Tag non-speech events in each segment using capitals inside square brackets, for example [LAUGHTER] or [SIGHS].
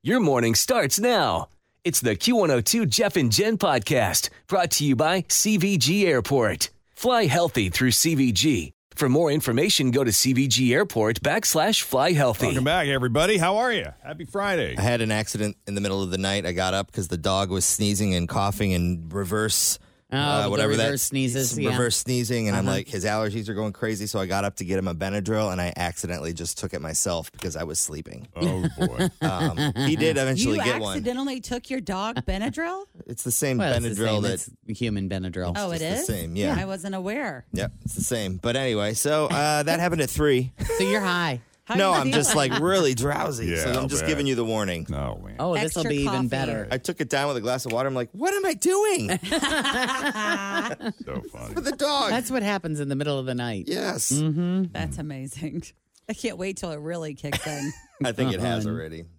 Your morning starts now. It's the Q102 Jeff and Jen podcast brought to you by CVG Airport. Fly healthy through CVG. For more information, go to CVG Airport backslash fly healthy. Welcome back, everybody. How are you? Happy Friday. I had an accident in the middle of the night. I got up because the dog was sneezing and coughing and reverse. uh, Oh, the reverse sneezes, yeah. Uh-huh. reverse sneezing, and I'm like, his allergies are going crazy. So I got up to get him a Benadryl, and I accidentally just took it myself because I was sleeping. Oh, boy. [LAUGHS] Um, he did eventually Uh-huh. you get one. accidentally took [LAUGHS] your dog Benadryl? It's the same Well, it's the Benadryl same. that It's human Benadryl. oh, it just is. the same, yeah. I wasn't aware. Yep, it's the same. But anyway, so uh, that happened at three. So you're high. [LAUGHS] How no, you I'm just feeling? like really drowsy. so Yeah, I'm just bad. giving you the warning. No, man. Oh, this will Extra be even coffee. better. I took it down with a glass of water. I'm like, what am I [LAUGHS] doing for So funny. the dog? That's what happens in the middle of the night. Mm-hmm. yes, That's amazing. [LAUGHS] I can't wait till it really kicks in. [LAUGHS] I think it has already. Uh-huh.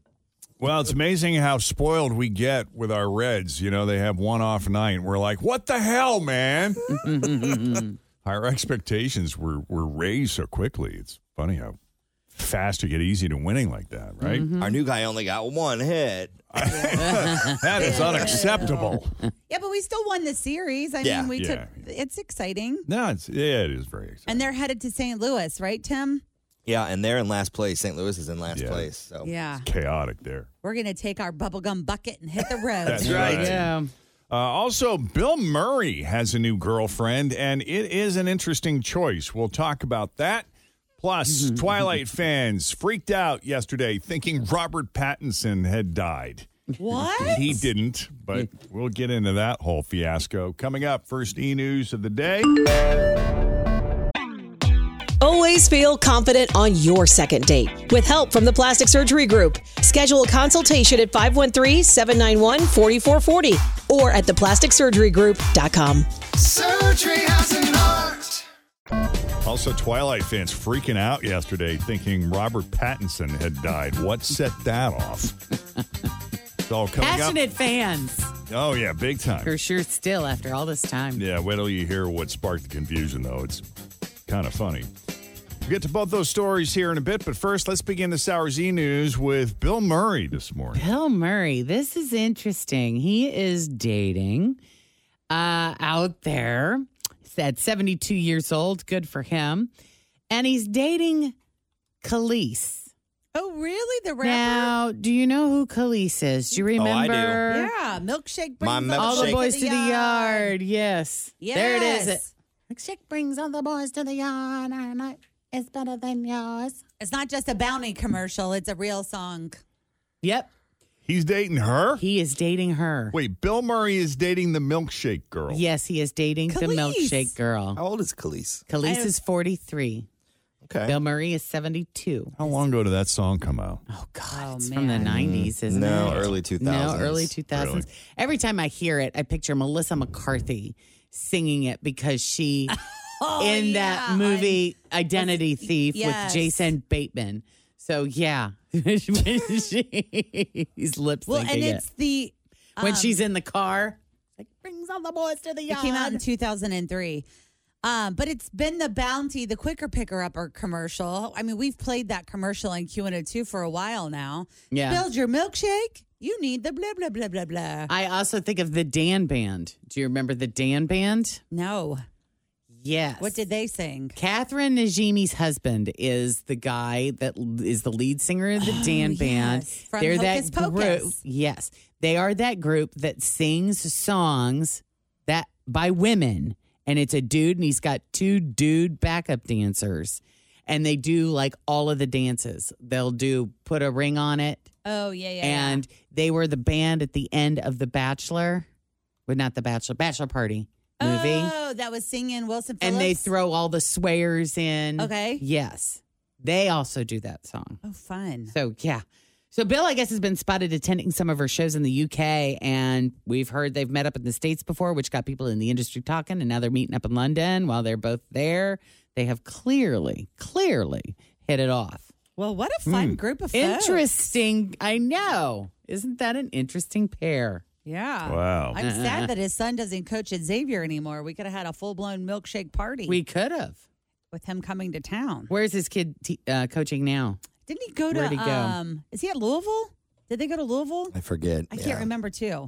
Well, it's amazing how spoiled we get with our Reds. You know, they have one off night. and We're like, what the hell, [LAUGHS] man? our expectations were, were raised so quickly. It's funny how fast you get easy to winning like that, right? Our new guy only got one hit. [LAUGHS] That [LAUGHS] is unacceptable. yeah, but we still won the series. I Yeah. mean, we Yeah. took. It's exciting. no, it's, yeah, it is very exciting. And they're headed to St. Louis, right, Tim? Yeah, and they're in last place. St. Louis is in last Yeah. place. So Yeah. Chaotic there. We're gonna take our bubblegum bucket and hit [LAUGHS] the road. That's right. Yeah. Uh, also, Bill Murray has a new girlfriend, and it is an interesting choice. We'll talk about that. Plus, Twilight fans freaked out yesterday thinking Robert Pattinson had died. [LAUGHS] What? He didn't, but we'll get into that whole fiasco. Coming up, first e news of the day. Always feel confident on your second date. With help from the Plastic Surgery Group, schedule a consultation at 513 791 4440 or at theplasticsurgerygroup.com. Also, Twilight fans freaking out yesterday thinking Robert Pattinson had died. What set that off? It's all coming [LAUGHS] Passionate fans. up. Oh, yeah, big time. For sure, still after all this time. Yeah, wait till you hear what sparked the confusion, though. It's kind of funny. We'll get to both those stories here in a bit, but first, let's begin this hour's e news with Bill Murray this morning. Bill Murray, this is interesting. He is dating uh, out there at 72 years old. Good for him. And he's dating Khalees. Oh, really? The rapper? Now, do you know who Khalees is? Do you Oh, remember? I do. Yeah. Milkshake brings My All milkshake. the boys to the yard. Yes. There it Yes. is. Milkshake brings all the boys to the yard. Our night is better than yours. It's not just a bounty commercial. It's a real song. Yep. He's dating her? He is dating her. Wait, Bill Murray is dating the milkshake girl. Yes, he is dating the Khalees. milkshake girl. How old is Khalees? Khalees is 43. Okay. Bill Murray is 72. How long ago did that song come out? Oh, God. Oh, it's from the 90s, isn't no, it? early 2000s. No, early 2000s. Every time I hear it, I picture Melissa McCarthy singing it [LAUGHS] because she, in that Oh, yeah, movie Identity Thief yes. with Jason Bateman. So, yeah, [LAUGHS] she's lip syncing Well, and it. it's um, the when she's in the car, like, brings all the boys to the It yard. came out in 2003. Um, but it's been the Bounty, the Quicker Picker Upper commercial. I mean, we've played that commercial in Q102 for a while now. Yeah. Build your milkshake. You need the blah, blah, blah, blah, blah. I also think of the Dan Band. Do you remember the Dan Band? no. Yes. What did they sing? Catherine Najimy's husband is the guy that l- is the lead singer of the Dan band. Oh, yes, from They're Hocus that Pocus. group. Yes. They are that group that sings songs that by women. And it's a dude and he's got two dude backup dancers. And they do like all of the dances. They'll do put a ring on it. Oh yeah, yeah. yeah. And they were the band at the end of The Bachelor. Well, not The Bachelor, Bachelor Party movie Oh, that was singing Wilson Phillips. and they throw all the swears in. Okay. Yes. They also do that song. Oh, fun. So, yeah. So, Bill, I guess, has been spotted attending some of her shows in the UK, and we've heard they've met up in the States before, which got people in the industry talking, and now they're meeting up in London while they're both there. They have clearly, clearly hit it off. Well, what a Hmm. fun group of folks. Interesting. I know. Isn't that an interesting pair? Yeah. Wow. I'm Uh-huh. sad that his son doesn't coach at Xavier anymore. We could have had a full blown milkshake party We could have. with him coming to town. Where's this kid t- uh, coaching now? Didn't he go to? Where'd he go? Um, is he at Louisville? Did they go to Louisville? I forget. I Yeah. can't remember too.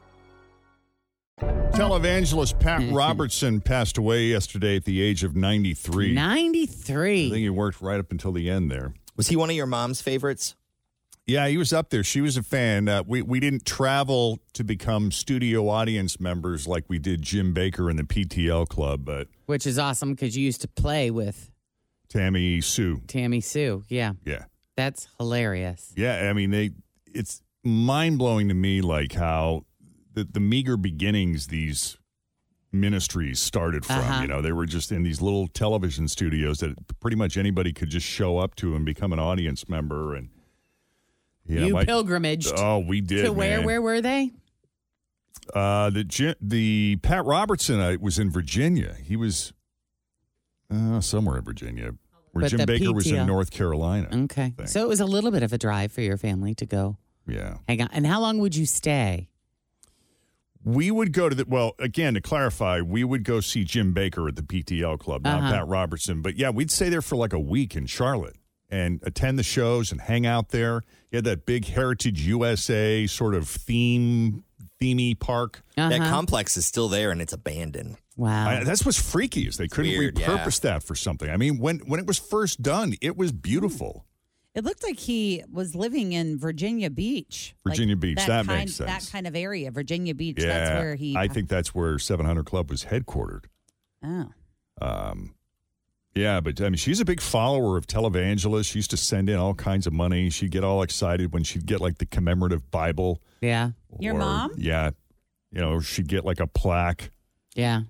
Televangelist Pat Robertson passed away yesterday at the age of 93. 93. I think he worked right up until the end there. Was he one of your mom's favorites? Yeah, he was up there. She was a fan. Uh, we we didn't travel to become studio audience members like we did Jim Baker in the PTL club, but Which is awesome because you used to play with Tammy Sue. Tammy Sue. Yeah, Yeah. that's hilarious. Yeah, I mean they it's mind-blowing to me like how the, the meager beginnings these ministries started from, Uh-huh. you know, they were just in these little television studios that pretty much anybody could just show up to and become an audience member and yeah, you my- pilgrimaged Oh, we did. to where? man. Where were they? Uh, the Ji- the Pat Robertson uh, was in Virginia. He was uh, somewhere in Virginia, where But Jim the Baker was in PTO. North Carolina. Okay, Thanks. Oh. so it was a little bit of a drive for your family to go Yeah, hang out. And how long would you stay? we would go to the. Well, again, to clarify, we would go see Jim Baker at the PTL Club, not Uh-huh. Pat Robertson. But yeah, we'd stay there for like a week in Charlotte and attend the shows and hang out there. You had that big Heritage USA sort of theme themey park. That Uh-huh. complex is still there and it's abandoned. wow, I- that's what's freaky is they couldn't weird, yeah. repurpose that for something. I mean, when when it was first done, it was beautiful. It looked like he was living in Virginia Beach. Like, Virginia Beach, that kind, makes sense. That kind of area, Virginia Beach. that's where he. I think that's where 700 Club was headquartered. Oh, Um, yeah, but I mean, she's a big follower of televangelists. She used to send in all kinds of money. She'd get all excited when she'd get like the commemorative Bible. yeah, Your mom? Yeah, you know, she'd get like a plaque yeah.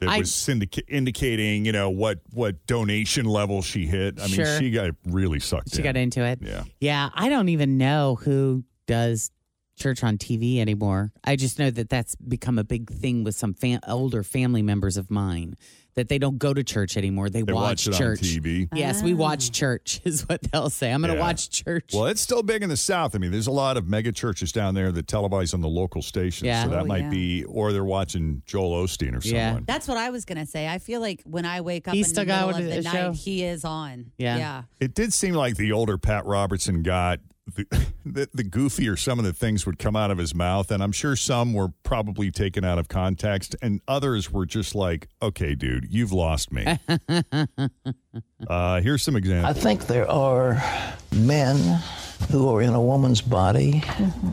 that I- was syndic- indicating, you know, what what donation level she hit. I mean, Sure. she got really sucked She in. got into it. Yeah. yeah. I don't even know who does church on TV anymore. I just know that that's become a big thing with some fam- older family members of mine that they don't go to church anymore. They, They watched it church on TV. Yes, we watch church, [LAUGHS] is what they'll say. I'm going to Yeah. watch church. Well, it's still big in the South. I mean, there's a lot of mega churches down there that televise on the local stations. Yeah. So that Oh, might yeah. be, or they're watching Joel Osteen or Yeah. someone. that's what I was gonna say. I feel like when I wake up He's in still the middle got one of of the the night, show. he is on. Yeah. yeah. It did seem like the older Pat Robertson got the, [LAUGHS] the, the goofier some of the things would come out of his mouth. And I'm sure some were probably taken out of context, and others were just like, okay, dude, you've lost [LAUGHS] me. uh, here's some I examples. think there are men who are in a woman's body.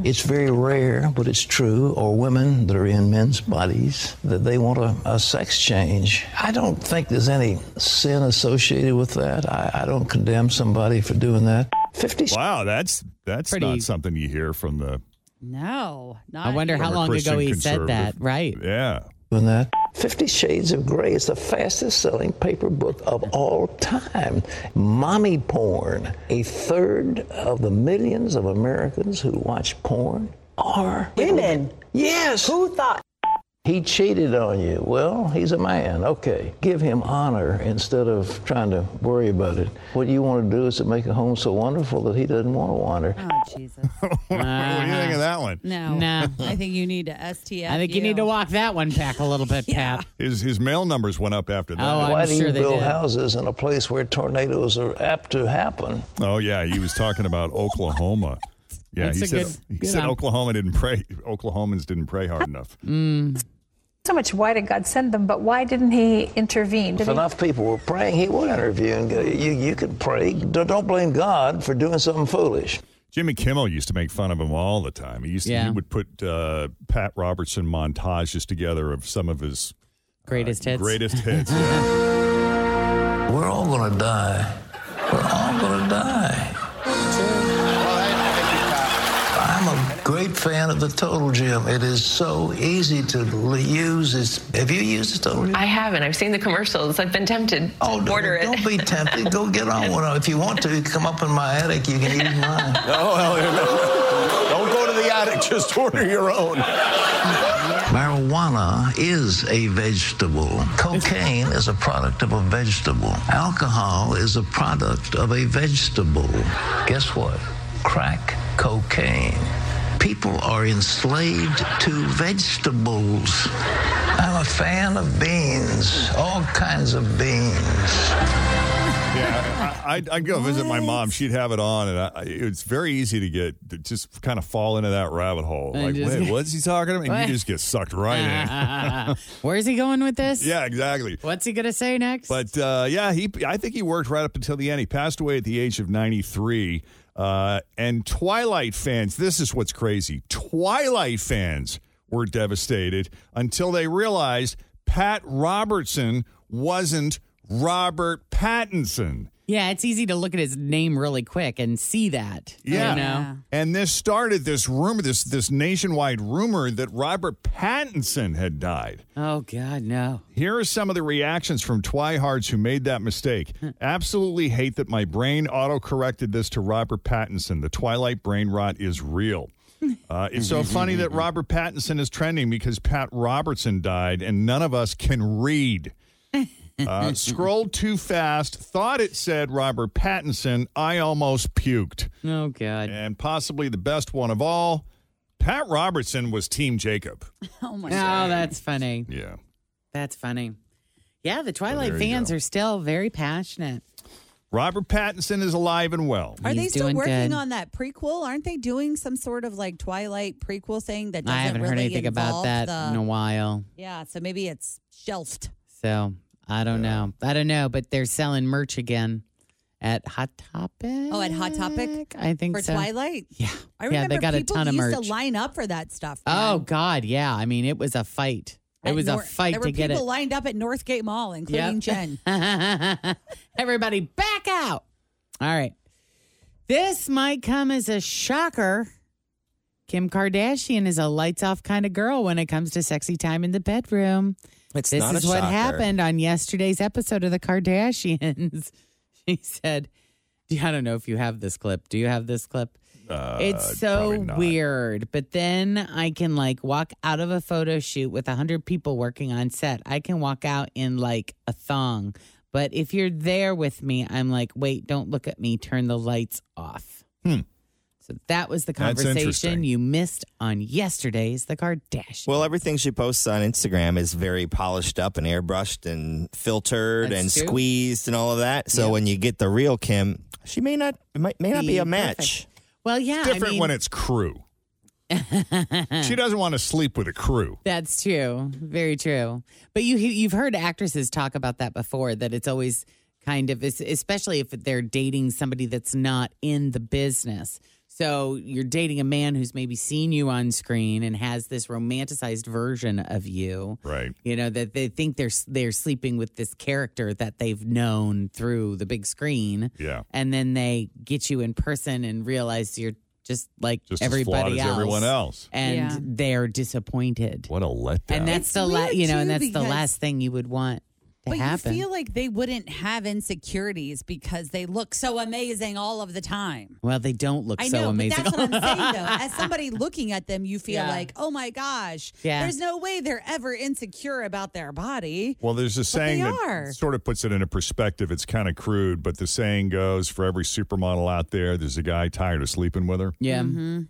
It's very rare, but it's true, or women that are in men's bodies, that they want a, a sex change. I don't think there's any sin associated with that. I, I don't condemn somebody for doing that. 50 Wow, that's that's Pretty- not something you hear from the [LAUGHS] No, not. I wonder From a how long Christian ago he said that. conservative. Right. yeah. doing that. Fifty Shades of Grey is the fastest selling paper book of all time. Mommy porn. A third of the millions of Americans who watch porn are women. Yes. Who thought? He cheated on you. Well, he's a man. Okay. Give him honor instead of trying to worry about it. What you want to do is to make a home so wonderful that he doesn't want to wander. what do you think of that [LAUGHS] one? No. No. I think you need to STF. Uh-huh. I think you need to walk that one back a little bit, Pat. His his mail numbers went up after that. Oh, I'm Why do sure you they build did. houses in a place where tornadoes are apt to happen? Oh yeah, he was talking [LAUGHS] about Oklahoma. Yeah, That's he a said good- he good said one. Oklahoma didn't pray. Oklahomans didn't pray hard enough. so much why did God send them, but why didn't He intervene? Did If he- enough people were praying, he would interview and go, you, you can pray. Don't don't blame God for doing something foolish. Jimmy Kimmel used to make fun of him all the time. He used to, he Yeah. would put uh, Pat Robertson montages together of some of his uh, Greatest hits. greatest hits. Yeah. [LAUGHS] We're all going to die. We're all going to die. I'm a great fan of the Total Gym. It is so easy to l- use. It's, have you used the Total Gym? I haven't. I've seen the commercials. I've been tempted to don't, order it. don't be tempted. Go get on one. If you want to, you can come up in my attic. You can use mine. [LAUGHS] Oh, hell yeah, no. Don't go to the attic. Just order your own. Marijuana is a vegetable. Cocaine is a product of a vegetable. Alcohol is a product of a vegetable. Guess what? Crack cocaine. People are enslaved to vegetables. I'm a fan of beans, all kinds of beans. Yeah, I, I'd, I'd go visit my mom. She'd have it on, and I, I- it's very easy to get to just kind of fall into that rabbit hole. And like, just- wait, what's he talking about? And you just get sucked right [LAUGHS] Where's he going with this? in. yeah, exactly. What's he going to say next? But uh, yeah, he I think he worked right up until the end. He passed away at the age of 93. Uh, and Twilight fans, this is what's crazy. Twilight fans were devastated until they realized Pat Robertson wasn't Robert Pattinson. yeah, it's easy to look at his name really quick and see that. Yeah. You know? And this started this rumor, this this nationwide rumor that Robert Pattinson had died. Oh, God, no. Here are some of the reactions from Twihards who made that mistake. Absolutely hate that my brain auto corrected this to Robert Pattinson. The Twilight brain rot is [LAUGHS] real. Uh, it's so Mm-hmm, funny that Robert Pattinson is trending because Pat Robertson died and none of us can [LAUGHS] read. Uh, scrolled too fast, thought it said Robert Pattinson. I almost puked. Oh, God. And possibly the best one of all, Pat Robertson was Team Jacob. Oh, my [LAUGHS] Oh, that's funny. Yeah. That's funny. Yeah, the Twilight fans are still very passionate. Robert Pattinson is alive and well. Are they He's still doing working good. on that prequel? Aren't they doing some sort of like Twilight prequel thing that doesn't I haven't really heard anything about involve that the- in a while. Yeah, so maybe it's shelved. So I don't know. I don't know, but they're selling merch again at Hot Topic. Oh, at Hot Topic? I think For so. Twilight? Yeah. I yeah, remember they got a people ton of used merch. to line up for that stuff. oh, man. God. Yeah. I mean, it was a fight. It At was Nor- a fight there to were get it. people lined up at Northgate Mall, including Jen. [LAUGHS] Jen. [LAUGHS] Everybody back out. All right. This might come as a shocker. Kim Kardashian is a lights off kind of girl when it comes to sexy time in the bedroom. It's this not is a what shocker. happened on yesterday's episode of The Kardashians. [LAUGHS] she said, do- I don't know if you have this clip. Do you have this clip? Uh, it's so probably not. weird. But then I can like walk out of a photo shoot with 100 people working on set. I can walk out in like a thong. But if you're there with me, I'm like, wait, don't look at me. Turn the lights off. Hmm. So that was the That's interesting. conversation you missed on yesterday's The Kardashians. Well, everything she posts on Instagram is very polished up and airbrushed and filtered That's and true. squeezed and all of that. So when you get the real Kim, she may not it might, may not be Be a match. Well, yeah. Different I mean, when it's crew. she doesn't want to sleep with a crew. That's true. Very true. But you you've heard actresses talk about that before that it's always kind of especially if they're dating somebody that's not in the business. So you're dating a man who's maybe seen you on screen and has this romanticized version of you. Right. You know that they think they're they're sleeping with this character that they've known through the big screen. Yeah. And then they get you in person and realize you're just like Just everybody as flawed as else. everyone else. And Yeah. they're disappointed. What a letdown. And that's It's the la- weird, you know, and too, that's the because- last thing you would want. but happen. you feel like they wouldn't have insecurities because they look so amazing all of the time. Well, they don't look I so know, amazing. [LAUGHS] but that's what I'm saying though. As somebody looking at them, you feel Yeah. like, oh my gosh, Yeah. there's no way they're ever insecure about their body. Well, there's a But saying they that are. sort of puts it into perspective. It's kind of crude, but the saying goes for every supermodel out there, there's a guy tired of sleeping with her. yeah. Mm-hmm.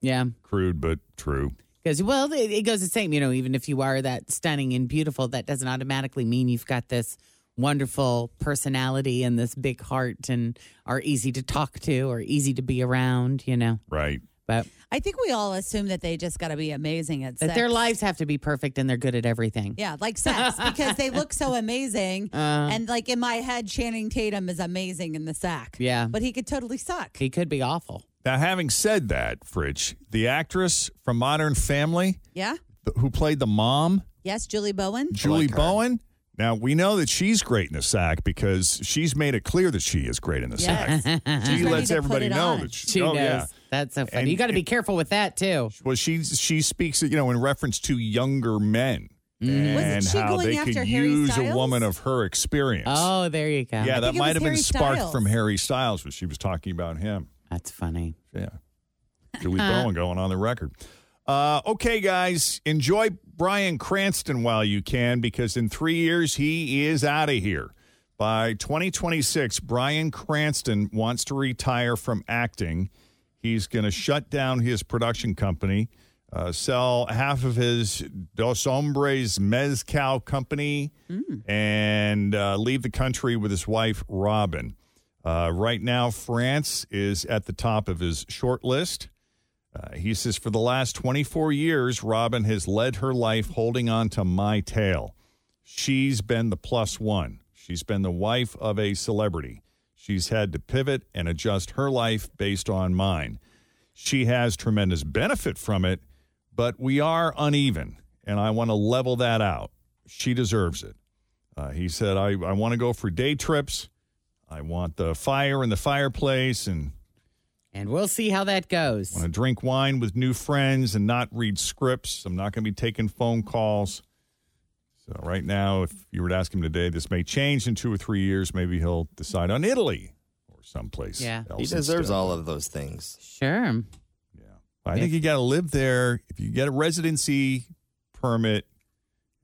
Yeah. Crude, but true. Because, well, it, it goes the same. You know, even if you are that stunning and beautiful, that doesn't automatically mean you've got this wonderful personality and this big heart and are easy to talk to or easy to be around, you know? Right. But I think we all assume that they just got to be amazing at that sex. their lives have to be perfect and they're good at everything. Yeah, like sex because they look so amazing. [LAUGHS] Uh. and like in my head, Channing Tatum is amazing in the sack. Yeah. But he could totally suck. He could be awful. Now, having said that, Fritch, the actress from Modern Family Yeah. th- who played the mom, Yes, Julie Bowen. Julie Bowen. Now, we know that she's great in the sack because she's made it clear that she is great in the Yes. sack. [LAUGHS] She's She ready lets to put everybody it know on. that she, She oh, Yeah. knows. That's so funny. And you got to be it- careful with that, too. Well, she she speaks, you know, in reference to younger men and Wasn't Mm-hmm. she how going they after could Harry use Styles? a woman of her experience. Oh, there you go. yeah, that might have been sparked Styles. from Harry Styles when she was talking about him. That's funny. Yeah, Julie Bowen going on the record. Uh, okay, guys, enjoy Brian Cranston while you can because in three years he is out of here. By 2026, Brian Cranston wants to retire from acting. He's going to shut down his production company, uh, sell half of his Dos Hombres Mezcal company, and uh, leave the country with his wife, Robin. Uh, right now, France is at the top of his short list. Uh, he says, for the last 24 years, Robin has led her life holding on to my tail. She's been the plus one. She's been the wife of a celebrity. She's had to pivot and adjust her life based on mine. She has tremendous benefit from it, but we are uneven, and I want to level that out. She deserves it. Uh, he said, I, I want to go for day trips. I want the fire in the fireplace and And we'll see how that goes. want to drink wine with new friends and not read scripts. I'm not going to be taking phone calls. So right now, if you were to ask him today, this may change in two or three years. Maybe he'll decide on Italy or someplace. Yeah. else He deserves instead. all of those things. Sure. I think you got to live there. If you get a residency permit,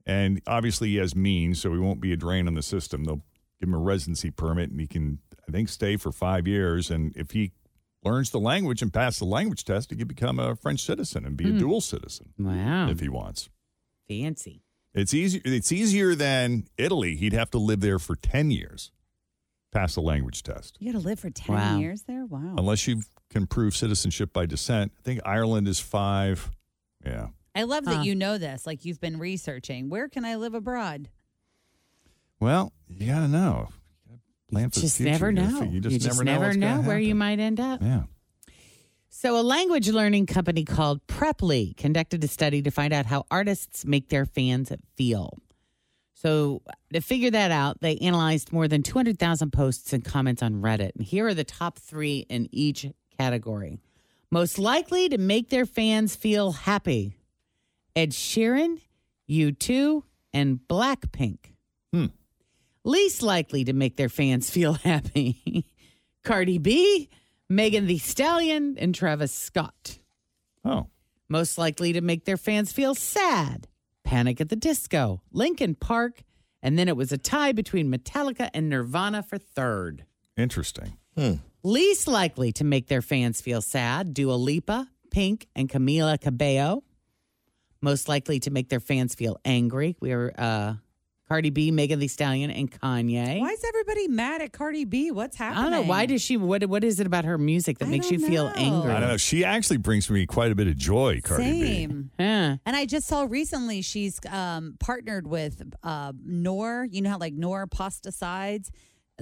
and obviously he has means, so he won't be a drain on the system. They'll give him a residency permit, and he can, I think, stay for five years. And if he learns the language and passes the language test, he can become a French citizen and be a dual citizen. Hmm. Wow. if he wants. Fancy. It's easy. It's easier than Italy. He'd have to live there for ten years, pass the language test, You got to live for 10 Wow. years there? Wow. unless you can prove citizenship by descent. I think Ireland is five. Yeah. I love that Huh. you know this. Like you've been researching. Where can I live abroad? Well, you gotta know. You gotta plan for the Just future. never You gotta know. fi- You just, never, know, what's know gonna where you happen. might end up. Yeah. So, a language learning company called Preply conducted a study to find out how artists make their fans feel. So, to figure that out, they analyzed more than 200,000 posts and comments on Reddit. And here are the top three in each category. Most likely to make their fans feel happy Ed Sheeran, U2, and Blackpink. Hmm. Least likely to make their fans [LAUGHS] feel happy Cardi B, Megan the Stallion, and Travis Scott. Oh. Most likely to make their fans feel sad Panic at the Disco, Linkin Park, and then it was a tie between Metallica and Nirvana for third. Interesting. Least likely to make their fans feel sad, Dua Lipa, Pink, and Camila Cabello. Most likely to make their fans feel angry, we are uh, Cardi B, Megan Thee Stallion, and Kanye. Why is everybody mad at Cardi B? What's I happening? don't know. Why does she? What? What is it about her music that makes you feel angry? I don't know. She actually brings me quite a bit of joy, Cardi B. [LAUGHS] Same. Yeah. And I just saw recently she's um, partnered with uh, Nor. You know how like Nor pasta sides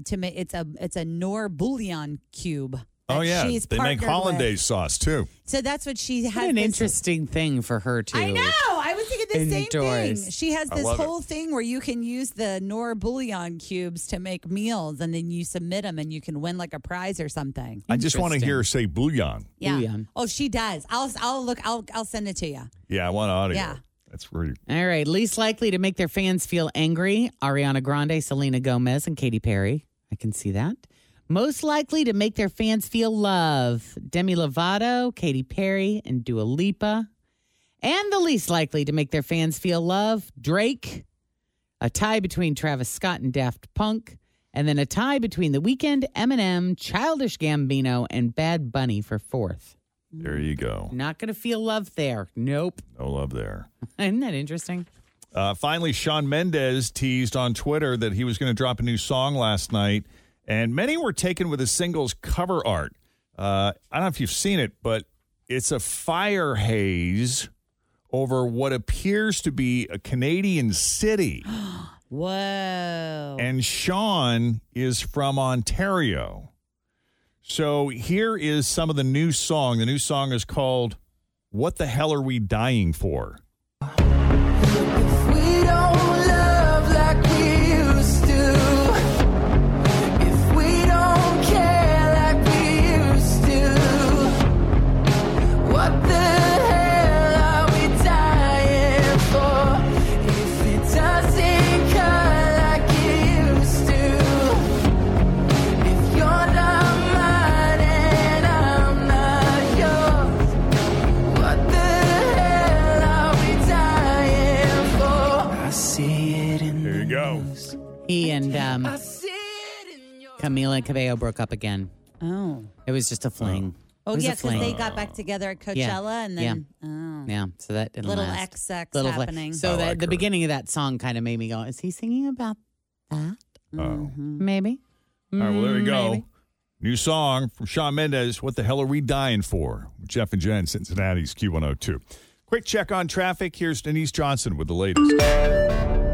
to make it's a it's a Nor bouillon cube. Oh that yeah, she's they make partnered hollandaise with. sauce too. So that's what she What has. an this- interesting thing for her to. I know. I was thinking the same thing. Indoors. She has I this love it. whole thing where you can use the Nor bouillon cubes to make meals, and then you submit them, and you can win like a prize or something. I just want to hear her say bouillon. Yeah. Oh, she does. I'll I'll look. I'll I'll send it to you. Yeah, I want audio. Yeah. That's where All right. Least likely to make their fans feel angry Ariana Grande, Selena Gomez, and Katy Perry. I can see that. Most likely to make their fans feel love Demi Lovato, Katy Perry, and Dua Lipa. And the least likely to make their fans feel love Drake. A tie between Travis Scott and Daft Punk. And then a tie between The Weeknd, Eminem, Childish Gambino, and Bad Bunny for fourth. there you go. Not going to feel love there. Nope. [LAUGHS] No love there. Isn't that interesting? Uh, finally, Sean Mendez teased on Twitter that he was going to drop a new song last night, and many were taken with his single's cover art. Uh, I don't know if you've seen it, but it's a fire haze over what appears to be a Canadian city. Whoa. And Sean is from Ontario. So here is some of the new song. The new song is called What the Hell Are We Dying For? We don't love like we used to. If we don't care like we used to, what the hell are we dying for? If it doesn't cut like it used to, if you're not mine and I'm not yours. What the hell are we dying for? I see it in There you go. He and um, Camila Cabello broke up again. Oh. It was just a fling. It Oh, was yeah, a because they fling. got back together at Coachella Yeah. and then. Oh. Yeah, so that didn't Little last. XX fling. happening. Oh, So I that, like the her. beginning of that song kind of made me go, is he singing about that? Mm-hmm. Oh. Maybe. All right, well, there you go. New song from Sean Mendez. What the hell are we dying for? Jeff and Jen, Cincinnati's Q102. Quick check on traffic. Here's Denise Johnson with the latest.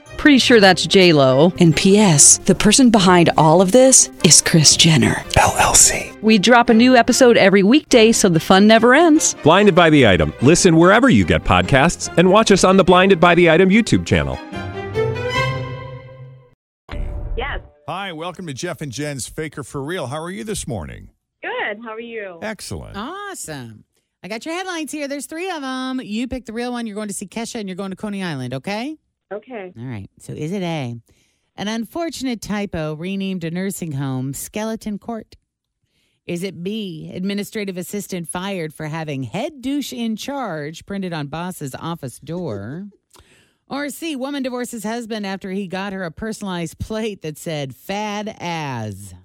Pretty sure that's J Lo. And P.S. The person behind all of this is Chris Jenner LLC. We drop a new episode every weekday, so the fun never ends. Blinded by the item. Listen wherever you get podcasts, and watch us on the Blinded by the Item YouTube channel. Yes. Hi, welcome to Jeff and Jen's Faker for Real. How are you this morning? Good. How are you? Excellent. Awesome. I got your headlines here. There's three of them. You pick the real one. You're going to see Kesha and you're going to Coney Island, okay? Okay. All right. So is it A? An unfortunate typo renamed a nursing home Skeleton Court. Is it B? Administrative assistant fired for having head douche in charge printed on boss's [LAUGHS] office door. or C? Woman divorces husband after he got her a personalized plate that said fad as.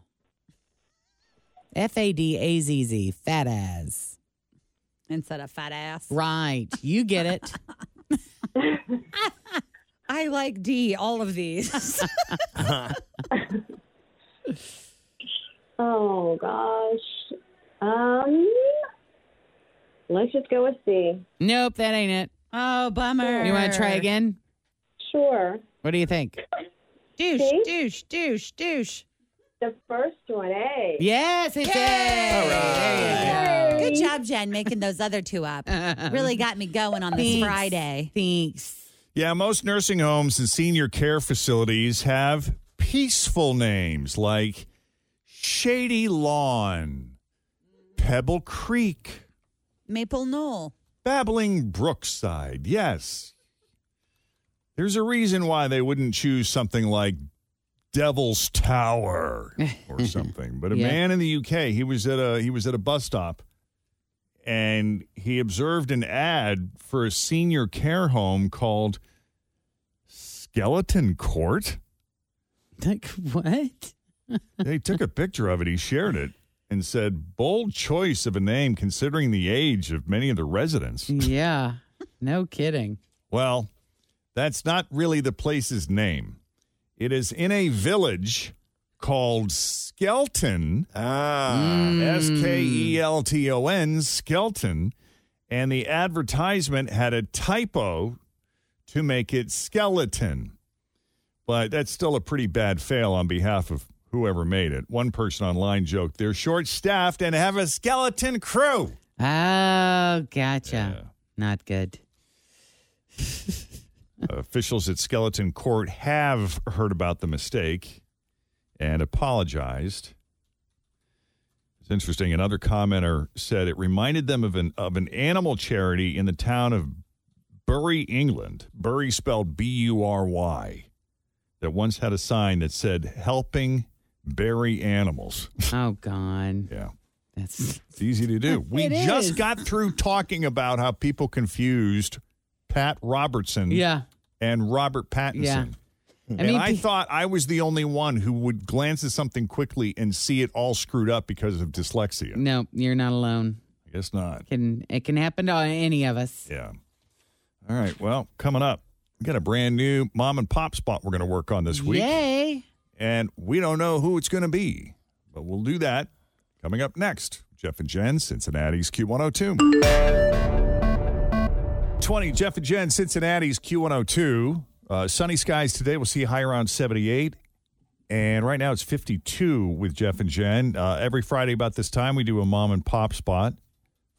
F A D A Z Z, fat as. Instead of fat ass. Right. You [LAUGHS] get it. I like D, all of [LAUGHS] these. Oh gosh. Um. Let's just go with C. nope, that ain't it. Oh, bummer. You want to try again? Sure. What do you [LAUGHS] think? Douche, douche, douche, douche. The first one, eh? A. Yes, it's A. Good job, Jen, making those other two [LAUGHS] up. really got me going on this Thanks. Friday. Thanks. Yeah, most nursing homes and senior care facilities have peaceful names like Shady Lawn, Pebble Creek, Maple Knoll. Babbling Brookside. Yes. There's a reason why they wouldn't choose something like Devil's Tower or something. But a Yeah. man in the UK, he was at a he was at a bus stop and he observed an ad for a senior care home called Skeleton Court. Like what? they took a picture of it, he shared it and said, "Bold choice of a name considering the age of many of the residents." Yeah. No kidding. Well, that's not really the place's name. It is in a village called Skelton. Ah, S K E L T O N, Skelton. And the advertisement had a typo to make it skeleton. But that's still a pretty bad fail on behalf of whoever made it. One person online joked they're short staffed and have a skeleton crew. Oh, gotcha. Not good. [LAUGHS] Officials at Skeleton Court have heard about the mistake and apologized. It's interesting. Another commenter said it reminded them of an of an animal charity in the town of Bury, England. Bury spelled B U R Y. That once had a sign that said "Helping Bury Animals." [LAUGHS] Oh God! yeah, that's it's easy to [LAUGHS] do. We It just is. got through talking about how people confused Pat Robertson, Yeah. and Robert Pattinson. Yeah. I And I, mean, pe- thought I was the only one who would glance at something quickly and see it all screwed up because of dyslexia. No, you're not alone. I guess not. Can it can happen to any of us? Yeah. All right. Well, coming up, we got a brand new mom and pop spot we're going to work on this week. Yay! And we don't know who it's going to be, but we'll do that coming up next. Jeff and Jen, Cincinnati's Q102. 20, Jeff and Jen, Cincinnati's Q102. Uh, sunny skies today. We'll see a high around 78. And right now it's 52 with Jeff and Jen. Uh, every Friday about this time, we do a mom and pop spot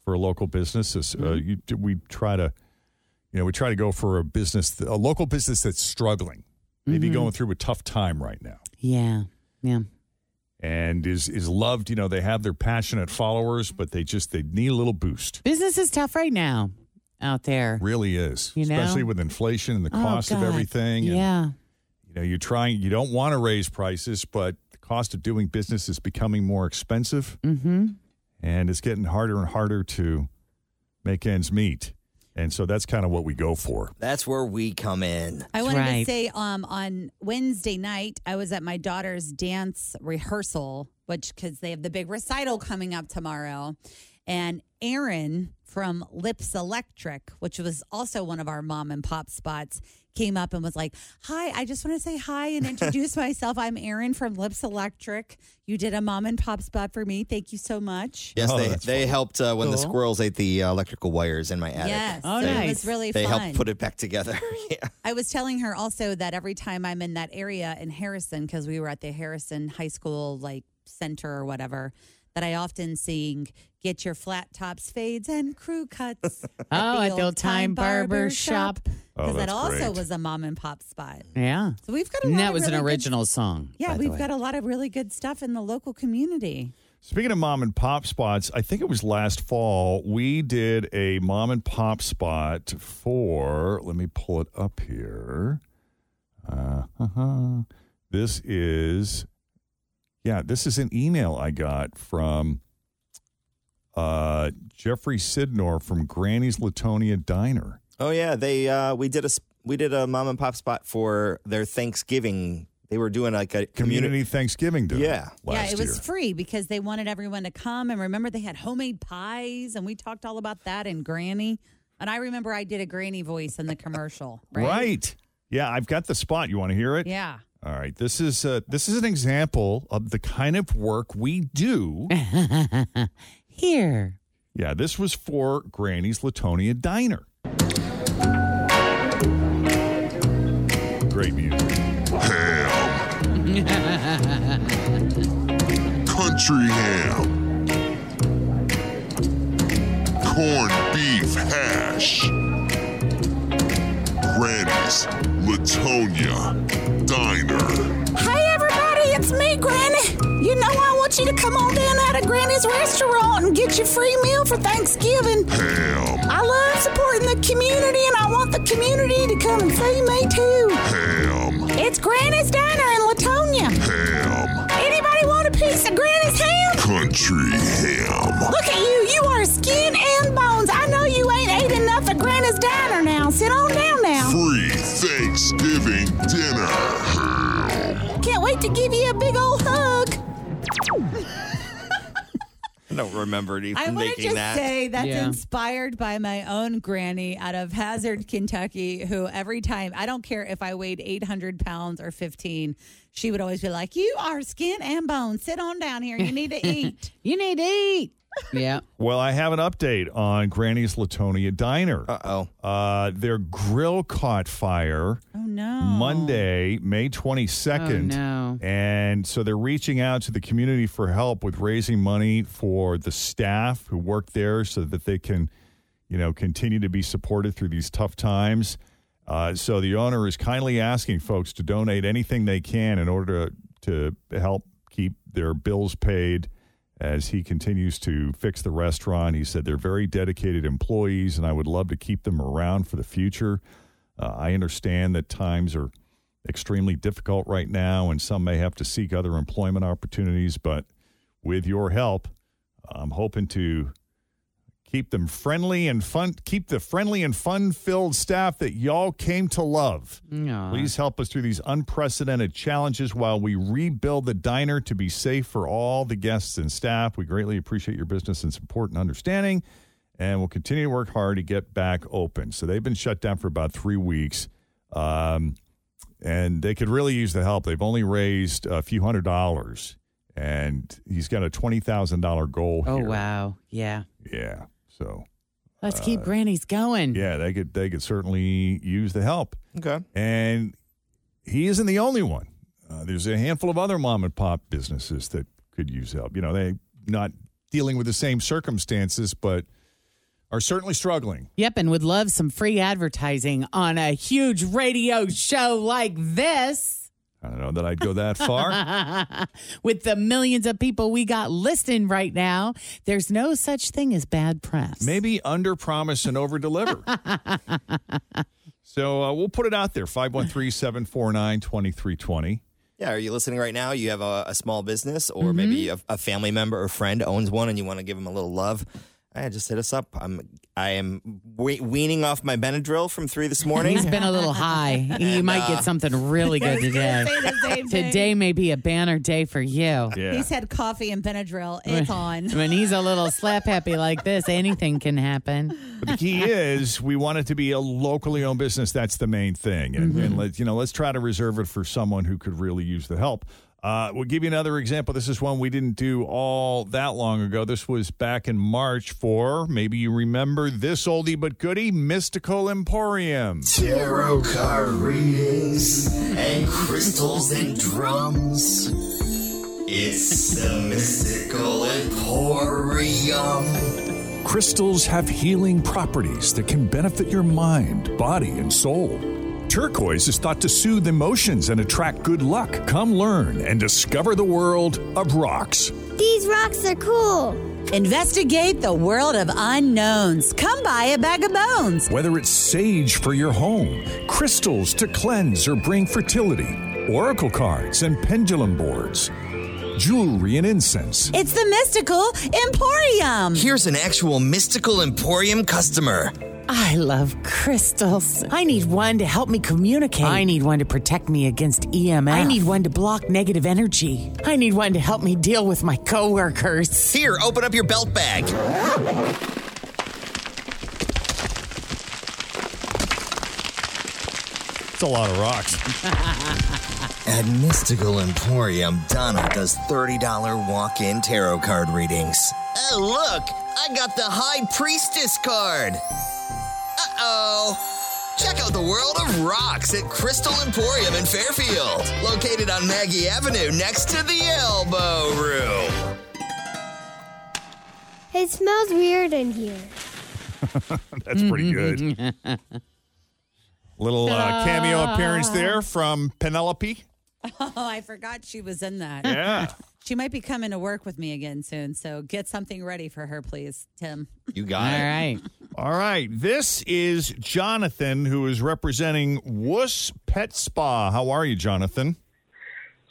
for a local business. This, Uh, you, we try to, you know, we try to go for a business, a local business that's struggling, maybe Mhm. going through a tough time right now Yeah, yeah. and is is loved. You know, they have their passionate followers, but they just they need a little boost. Business is tough right now out there. Really is, You know? especially with inflation and the Oh, cost of God. everything. And, Yeah, you know, you're trying. You don't want to raise prices, but the cost of doing business is becoming more expensive, mm-hmm. and it's getting harder and harder to make ends meet. And so that's kind of what we go for. That's where we come in. I wanted to say um, on Wednesday night, I was at my daughter's dance rehearsal, which because they have the big recital coming up tomorrow. And Aaron from Lips Electric, which was also one of our mom and pop spots, came up and was like, Hi, I just want to say hi and introduce myself. I'm Aaron from Lips Electric. You did a mom and pop spot for me. Thank you so much. Yes, they, that's they helped uh, when the Cool. squirrels ate the uh, electrical wires in my attic. Yes. Oh, they, nice. It was really They fun. helped put it back together. [LAUGHS] yeah. I was telling her also that every time I'm in that area in Harrison, because we were at the Harrison High School like center or whatever, that I often sing "Get your flat tops, fades, and crew [LAUGHS] cuts." Oh, at [LAUGHS] the old time barber shop. Oh, Because that that's also great. was a mom and pop spot. yeah. So we've got a And lot that of was an really good- original song. Yeah, we've got a lot of really good stuff in the local community. Speaking of mom and pop spots, I think it was last fall we did a mom and pop spot for. Let me pull it up here. Uh, uh-huh. This is, yeah, this is an email I got from uh, Jeffrey Sidnor from Granny's Latonia Diner. Oh yeah, they uh, we did a sp- we did a mom and pop spot for their Thanksgiving. They were doing like a Community community. Thanksgiving dinner. Yeah. yeah, it was free because they wanted everyone to come. And remember, they had homemade pies, and we talked all about that and Granny. And I remember I did a Granny voice in the commercial. Right. Yeah, I've got the spot. You want to hear it? Yeah. All right. This is uh, this is an example of the kind of work we do. Here. Yeah, this was for Granny's Latonia Diner. Great music. Country ham. Corned beef hash. Granny's Latonia Diner. Hey everybody, it's me, Granny. You know I want you to come on down out of Granny's restaurant and get your free meal for Thanksgiving. Ham. I love supporting the community and I want the community to come and see me too. Ham. It's Granny's Diner in Latonia. Ham. Anybody want a piece of Granny's ham? Country ham. Look at you, you are skin and bones. I know you ain't ate enough at Granny's Diner now. Sit on down now. Free Thanksgiving dinner. Ham. Can't wait to give you a big old hug. I don't remember even I want to making just that. say that's inspired by my own granny out of Hazard, Kentucky, who every time, I don't care if I weighed 800 pounds or 15, she would always be like, You are skin and bone. Sit on down here. You [LAUGHS] need to eat. you need to eat. Yeah. Well, I have an update on Granny's Latonia Diner. Uh-oh. Uh Their grill caught fire. Oh no. Monday, May 22nd. Oh, no. And so they're reaching out to the community for help with raising money for the staff who work there so that they can you know, continue to be supported through these tough times. Uh, so the owner is kindly asking folks to donate anything they can in order to, to help keep their bills paid as he continues to fix the restaurant. He said they're very dedicated employees, and I would love to keep them around for the future. Uh, I understand that times are extremely difficult right now, and some may have to seek other employment opportunities. But with your help, I'm hoping to keep them friendly and fun, keep the friendly and fun filled staff that y'all came to love. Please help us through these unprecedented challenges while we rebuild the diner to be safe for all the guests and staff. We greatly appreciate your business and support and understanding, and we'll continue to work hard to get back open. So they've been shut down for about three weeks. Um, and they could really use the help. They've only raised a few hundred dollars, and he's got a twenty thousand dollar goal. Oh, here. wow. Yeah. Yeah, so uh, Let's keep grannies going. yeah, they could they could certainly use the help. Okay. And he isn't the only one. Uh, there's a handful of other mom and pop businesses that could use help. You know, they not dealing with the same circumstances, but are certainly struggling. Yep, and would love some free advertising on a huge radio show like this. I don't know that I'd go that far. [LAUGHS] With the millions of people we got listening right now, there's no such thing as bad press. Maybe under promise and over [LAUGHS] deliver. so uh, we'll put it out there 513 749 2320. Yeah, are you listening right now? You have a, a small business, Mm-hmm. or maybe a, a family member or friend owns one, and you want to give them a little love. I just hit us up. I'm I am we- weaning off my Benadryl from three [LAUGHS] this morning. He's been a little high. [LAUGHS] You might uh, get something really good today. [LAUGHS] Today may be a banner day for you. He's had coffee and Benadryl. It's on. [LAUGHS] When he's a little slap happy like this, anything can happen. But the key is we want it to be a locally owned business. That's the main thing. And, and let you know, let's try to reserve it for someone who could really use the help. Uh, we'll give you another example. This is one we didn't do all that long ago. This was back in March for maybe you remember this oldie but goodie, Mystical Emporium. Tarot card readings and crystals and drums. It's the mystical emporium. Um, Crystals have healing properties that can benefit your mind, body, and soul. Turquoise is thought to soothe emotions and attract good luck. Come learn and discover the world of rocks. These rocks are cool. Investigate the world of unknowns. Come buy a bag of bones. [LAUGHS] Whether it's sage for your home, crystals to cleanse or bring fertility, oracle cards and pendulum boards, jewelry and incense. It's the mystical emporium. Here's an actual mystical emporium customer. I love crystals. I need one to help me communicate. I need one to protect me against E EMF. I need one to block negative energy. I need one to help me deal with my [LAUGHS] coworkers. Here, open up your belt bag. It's a lot of rocks. At Mystical Emporium, Donna does $30 walk in tarot card readings. Oh, look! I got the High Priestess card! Uh oh! Check out the world of rocks at Crystal Emporium in Fairfield, located on Maggie [LAUGHS] Avenue next to the Elbow Room. It smells weird in here. [LAUGHS] That's pretty good. Little uh, cameo appearance there from Penelope. Oh, I forgot she was in that. Yeah. [LAUGHS] She might be coming to work with me again soon. So get something ready for her, please, Tim. You got it. All right. All right. This is Jonathan, who is representing Wuss Pet Spa. How are you, Jonathan?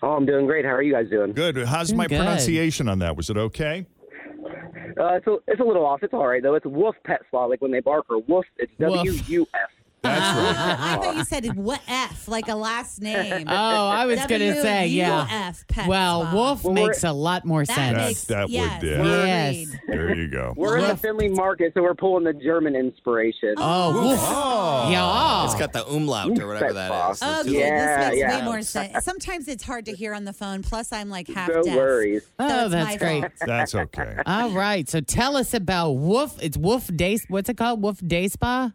Oh, I'm doing great. How are you guys doing? Good. How's Doing my good. pronunciation on that? Was it okay? Uh, it's, a, it's a little off. It's all right, though. It's Wolf Pet Spa. Like when they bark or woof, it's Woof. W U F. [LAUGHS] I thought you said what F, like a last name. [LAUGHS] Oh, I was going to say, yeah. WUF, pet well, spa. Wolf makes a lot more That sense. makes- That yes, would do. Yes. There you go. [LAUGHS] We're in the Finley market, so we're pulling the German inspiration. Oh, woof. Yeah. It's got the umlaut or whatever that is. Oh, Okay, yeah, this makes yeah. way more sense. Sometimes it's hard to hear on the phone. Plus, I'm like half No deaf. worries. So Oh, it's that's my great. fault. [LAUGHS] That's okay. All right. So tell us about Woof. It's Woof Day. What's it called? Woof Day Spa?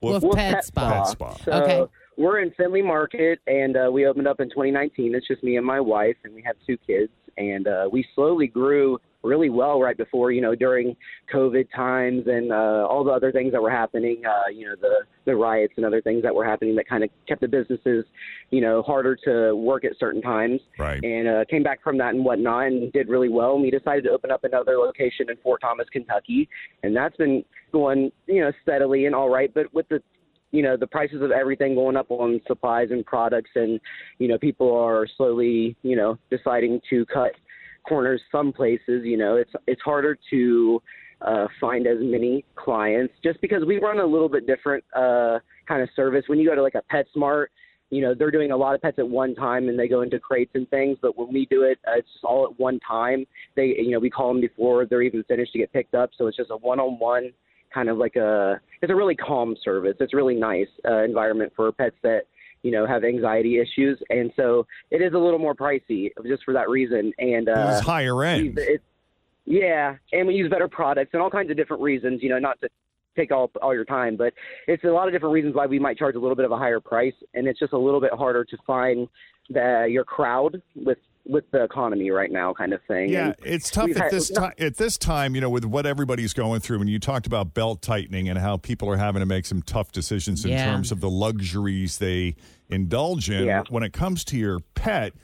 Woof, Pet, Spa. So Okay. we're in Finley Market, and uh, we opened up in 2019. It's just me and my wife, and we have two kids, and uh, we slowly grew really well right before you know during COVID times and uh, all the other things that were happening. Uh, you know the the riots and other things that were happening that kind of kept the businesses you know harder to work at certain times. Right. And uh, came back from that and whatnot and did really well. And we decided to open up another location in Fort Thomas, Kentucky, and that's been going you know steadily and all right. But with the you know the prices of everything going up on supplies and products and you know people are slowly you know deciding to cut corners some places you know it's it's harder to uh, find as many clients just because we run a little bit different uh, kind of service when you go to like a PetSmart you know they're doing a lot of pets at one time and they go into crates and things but when we do it uh, it's just all at one time they you know we call them before they're even finished to get picked up so it's just a one-on-one kind of like a it's a really calm service. It's really nice uh, environment for pets that you know have anxiety issues, and so it is a little more pricey just for that reason. And uh, It's higher end. It's, yeah, and we use better products and all kinds of different reasons. You know, not to take all all your time, but it's a lot of different reasons why we might charge a little bit of a higher price, and it's just a little bit harder to find the your crowd with with the economy right now, kind of thing. Yeah, And it's tough we've at had- this time. At this time, you know, with what everybody's going through, and you talked about belt tightening and how people are having to make some tough decisions in Yeah. terms of the luxuries they indulge in. Yeah. When it comes to your pet,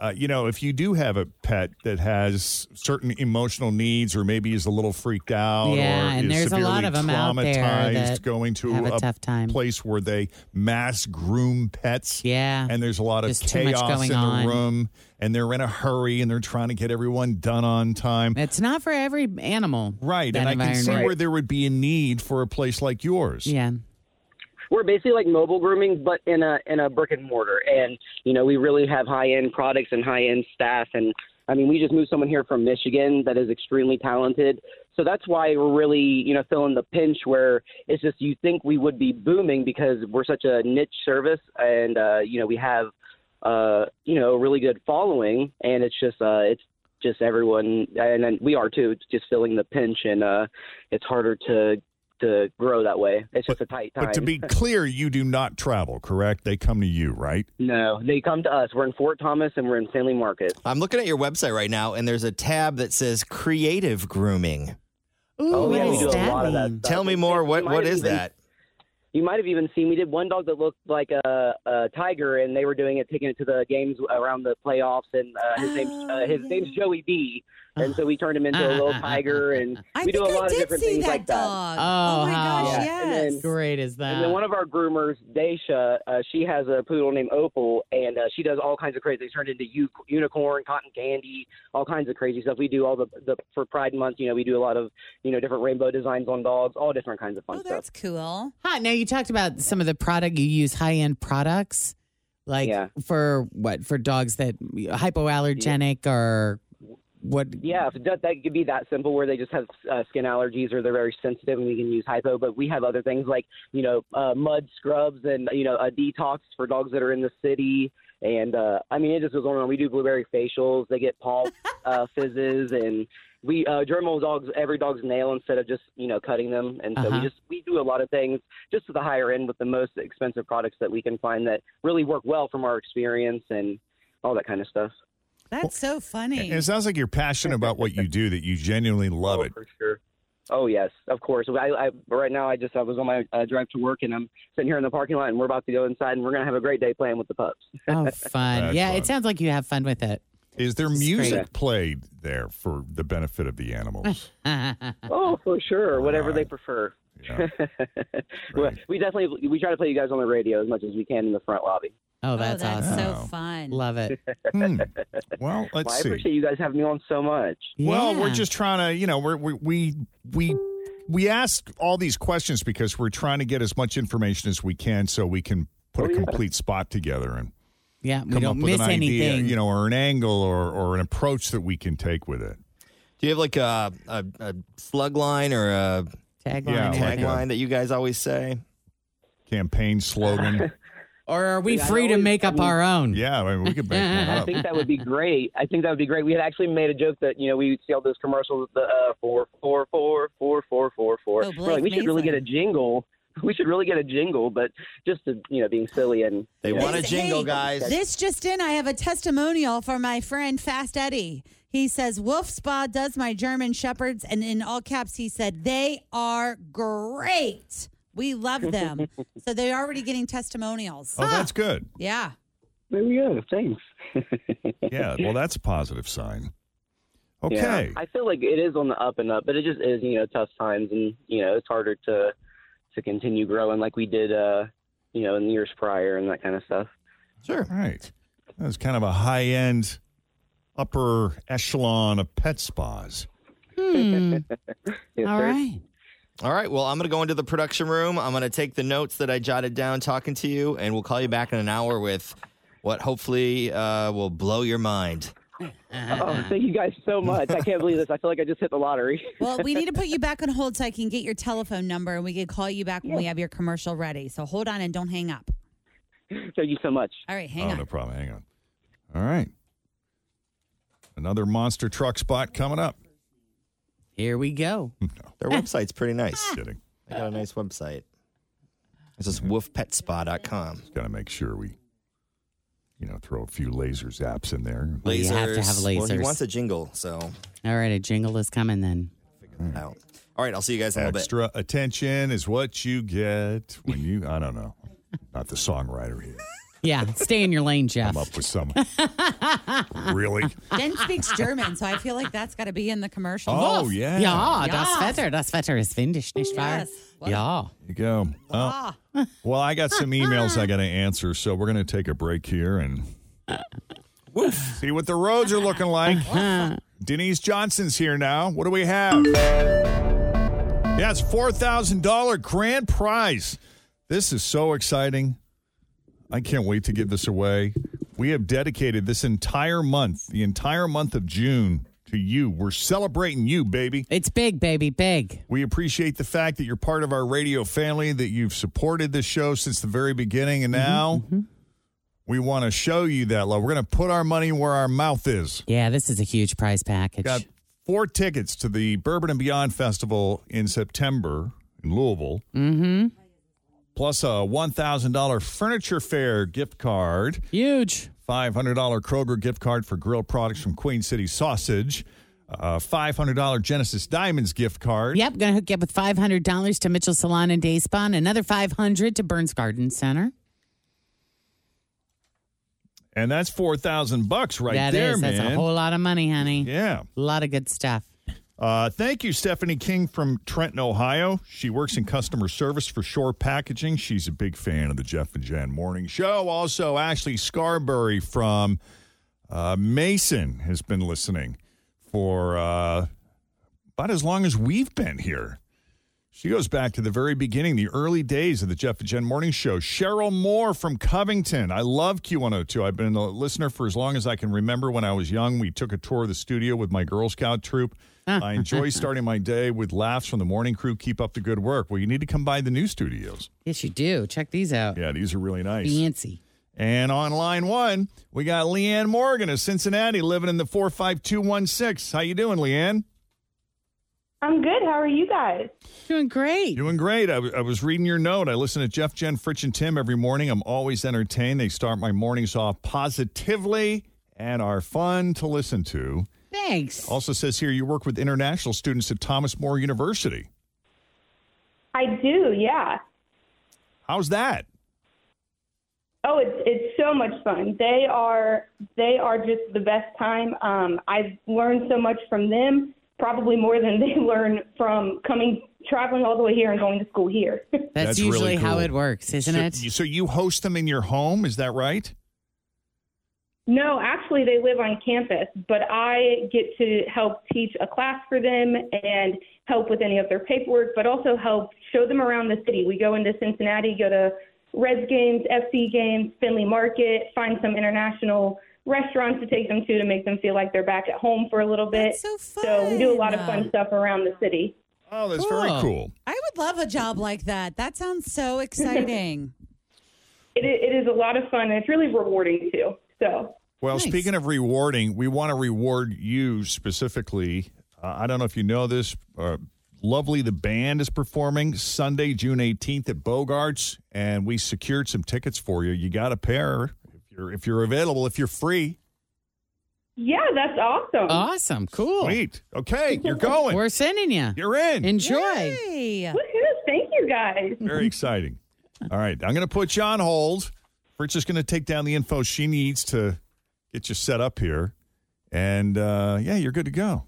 uh, you know, if you do have a pet that has certain emotional needs, or maybe is a little freaked out, Yeah, or and is there's a lot severely of 'em out there traumatized, that going to have a tough place where they mass groom pets. Yeah, and there's a lot of Just too much chaos going in the on. room, and they're in a hurry, and they're trying to get everyone done on time. It's not for every animal. Right, and that I can see environment. where there would be a need for a place like yours. Yeah. we're basically like mobile grooming, but in a in a brick and mortar. And you know, we really have high end products and high end staff. And I mean, we just moved someone here from Michigan that is extremely talented. So that's why we're really you know feeling the pinch where it's just you think we would be booming because we're such a niche service, and uh, you know we have uh, you know a really good following, and it's just uh, it's just everyone and then we are too it's just feeling the pinch and uh it's harder to to grow that way it's just a tight time But to [LAUGHS] be clear, you do not travel, correct? They come to you, right? No, they come to us. We're in Fort Thomas and we're in Stanley Market. I'm looking at your website right now, and there's a tab that says creative grooming. Ooh, oh, yeah, we do a lot of that. Stuff. Tell me more. What might what have is even- that? You might have even seen we did one dog that looked like a, a tiger, and they were doing it, taking it to the games around the playoffs. And uh, his name's Oh, uh, his name's Joey B, and so we turned him into a [LAUGHS] little tiger. And I we do a think I lot of did different see things that like dog. that. Oh, Oh my how gosh, yes. great is And then one of our groomers, Daisha, uh, she has a poodle named Opal, and uh, she does all kinds of crazy. They turned into u- unicorn, cotton candy, all kinds of crazy stuff. We do all the, the for Pride Month. You know, we do a lot of you know different rainbow designs on dogs, all different kinds of Oh, fun stuff. cool. Hi. Now you talked about some of the product you use, high end products, like Yeah. for what for dogs that hypoallergenic or what? Yeah, if that, that could be that simple where they just have uh, skin allergies or they're very sensitive and we can use hypo. But we have other things like, you know, uh, mud scrubs and, you know, a detox for dogs that are in the city. And uh, I mean, it just goes on and on. We do blueberry facials. They get paw [LAUGHS] uh, fizzes and we uh, dermal dogs, every dog's nail instead of just, you know, cutting them. And so Uh-huh. we just, we do a lot of things just to the higher end with the most expensive products that we can find that really work well from our experience and all that kind of stuff. That's so funny. And it sounds like you're passionate about what you do, that you genuinely love it. for sure. Oh yes, of course. I, I right now I just I was on my uh, drive to work and I'm sitting here in the parking lot and we're about to go inside and we're gonna have a great day playing with [LAUGHS] the pups. Oh, fun. yeah, it sounds like you have fun with it. Is there It's music great. played there for the benefit of the animals? oh, for sure. Whatever they prefer. [LAUGHS] Well, we definitely we try to play you guys on the radio as much as we can in the front lobby. [LAUGHS] Oh, that's, that's awesome. so fun. Love it. Hmm. Well, let's I see. appreciate you guys having me on so much. Well, we're just trying to, you know, we're, we we we we ask all these questions because we're trying to get as much information as we can, so we can put a complete spot together and Yeah, we come up don't with miss an idea, anything. you know, or an angle or or an approach that we can take with it. Do you have like a a, a slug line or a tagline? Yeah, like a- tagline that you guys always say. Campaign slogan. [LAUGHS] Or are we Yeah, I free to always- make I up mean- our own? Yeah, I mean, we could make [LAUGHS] I think that [LAUGHS] would be great. I think that would be great. We had actually made a joke that you know we see all those commercials, the uh, four four four four four four four. Oh, We're like, we Blake should really get a jingle. [LAUGHS] We should really get a jingle, but just to you know being silly and they want a jingle, Hey, This just in, I have a testimonial for my friend Fast Eddie. He says, Wolf Spa does my German Shepherds. And in all caps, he said, they are great. We love [LAUGHS] them. so they're already getting testimonials. Oh, that's good. Yeah. There we go. Thanks. [LAUGHS] yeah. Well, that's a positive sign. Okay. I feel like it is on the up and up, but it just is, you know, tough times and, you know, it's harder to to continue growing like we did uh, you know, in the years prior and that kind of stuff. Sure. All right. That was kind of a high end, upper echelon of pet spas. Hmm. [LAUGHS] All right. All right. Well, I'm going to go into the production room. I'm going to take the notes that I jotted down talking to you, and we'll call you back in an hour with what hopefully uh, will blow your mind. Uh-huh. Oh, thank you guys so much. I can't believe this. I feel like I just hit the lottery. Well, [LAUGHS] we need to put you back on hold so I can get your telephone number and we can call you back when we have your commercial ready. So hold on and don't hang up. Thank you so much. All right, hang oh, on. no problem. Hang on. All right. Another monster truck spot coming up. Here we go. [LAUGHS] Their website's pretty nice. Kidding. They got a nice website. It's just wolfpetspa.com. Got to make sure we, you know, throw a few lasers apps in there. Well, you have to have Well, he lasers. wants a jingle, so All right, a jingle is coming then. out. All right, I'll see you guys in a little bit. Extra attention is what you get when you, I don't know, not the songwriter here. Yeah, stay in your lane, Jeff. Come up with some. really? Jen speaks German, so I feel like that's got to be in the commercial. Oh, yeah. Ja, Yes. das Wetter, das Wetter ist windisch, nicht Mm, wahr? Ja. You go. Oh, well, I got some emails I got to answer, so we're going to take a break here and woof, see what the roads are looking like. Denise Johnson's here now. What do we have? Yeah, it's four thousand dollar grand prize. This is so exciting. I can't wait to give this away. We have dedicated this entire month, the entire month of June, to you. We're celebrating you, baby. It's big, baby, big. We appreciate the fact that you're part of our radio family, that you've supported this show since the very beginning, and Mm-hmm, now we want to show you that love. We're going to put our money where our mouth is. Yeah, this is a huge prize package. Got four tickets to the Bourbon and Beyond Festival in September in Louisville, Mm-hmm. plus a $1,000 furniture fair gift card. Huge. $500 Kroger gift card for grill products from Queen City Sausage. Uh, A $500 Genesis Diamonds gift card. Yep, gonna hook you up with five hundred dollars to Mitchell Salon and Day Spa, and another five hundred to Burns Garden Center. And that's 4000 bucks right That there, is- man. that's a whole lot of money, honey. Yeah. A lot of good stuff. Uh, thank you, Stephanie King from Trenton, Ohio. She works in customer service for Shore Packaging. She's a big fan of the Jeff and Jan Morning Show. Also, Ashley Scarberry from uh, Mason has been listening for uh, about as long as we've been here. She goes back to the very beginning, the early days of the Jeff and Jen Morning Show. Cheryl Moore from Covington. I love Q102. I've been a listener for as long as I can remember. When I was young, we took a tour of the studio with my Girl Scout troop. Ah. I [LAUGHS] enjoy starting my day with laughs from the morning crew. Keep up the good work. Well, you need to come by the new studios. Yes, you do. Check these out. Yeah, these are really nice. Fancy. And on line one, we got Leanne Morgan of Cincinnati, living in the four five two one six. How you doing, Leanne? I'm good. How are you guys? Doing great. Doing great. I, w- I was reading your note. I listen to Jeff, Jen, Fritch, and Tim every morning. I'm always entertained. They start my mornings off positively and are fun to listen to. Thanks. Also says here you work with international students at Thomas More University. I do, yeah. How's that? Oh, it's it's so much fun. They are they are just the best time. Um, I've learned so much from them, probably more than [LAUGHS] they learn from coming traveling all the way here and going to school here. That's, really usually how cool. it works, isn't So- it? So you host them in your home, is that right? no, actually they live on campus, but I get to help teach a class for them and help with any of their paperwork, but also help show them around the city. We go into Cincinnati, go to Reds games, FC games, Finley Market, find some international restaurants to take them to to make them feel like they're back at home for a little bit. so fun. we do a lot of fun stuff around the city. Oh, that's very cool. I would love a job like that. That [LAUGHS] sounds so exciting. It, i- it is a lot of fun and it's really rewarding too. So Well, speaking of rewarding, we want to reward you specifically. Uh, I don't know if you know this. Uh, Lovely, the band is performing Sunday, June 18th at Bogarts, and we secured some tickets for you. You got a pair if you're if you're available, if you're free. Yeah, that's awesome. Awesome. Cool. Sweet. Okay, [LAUGHS] you're going. We're sending you. You're in. Enjoy. Woohoo, Thank you guys. Very exciting. All right, I'm going to put you on hold. We're just going to take down the info she needs to get you set up here, and uh, yeah, you're good to go.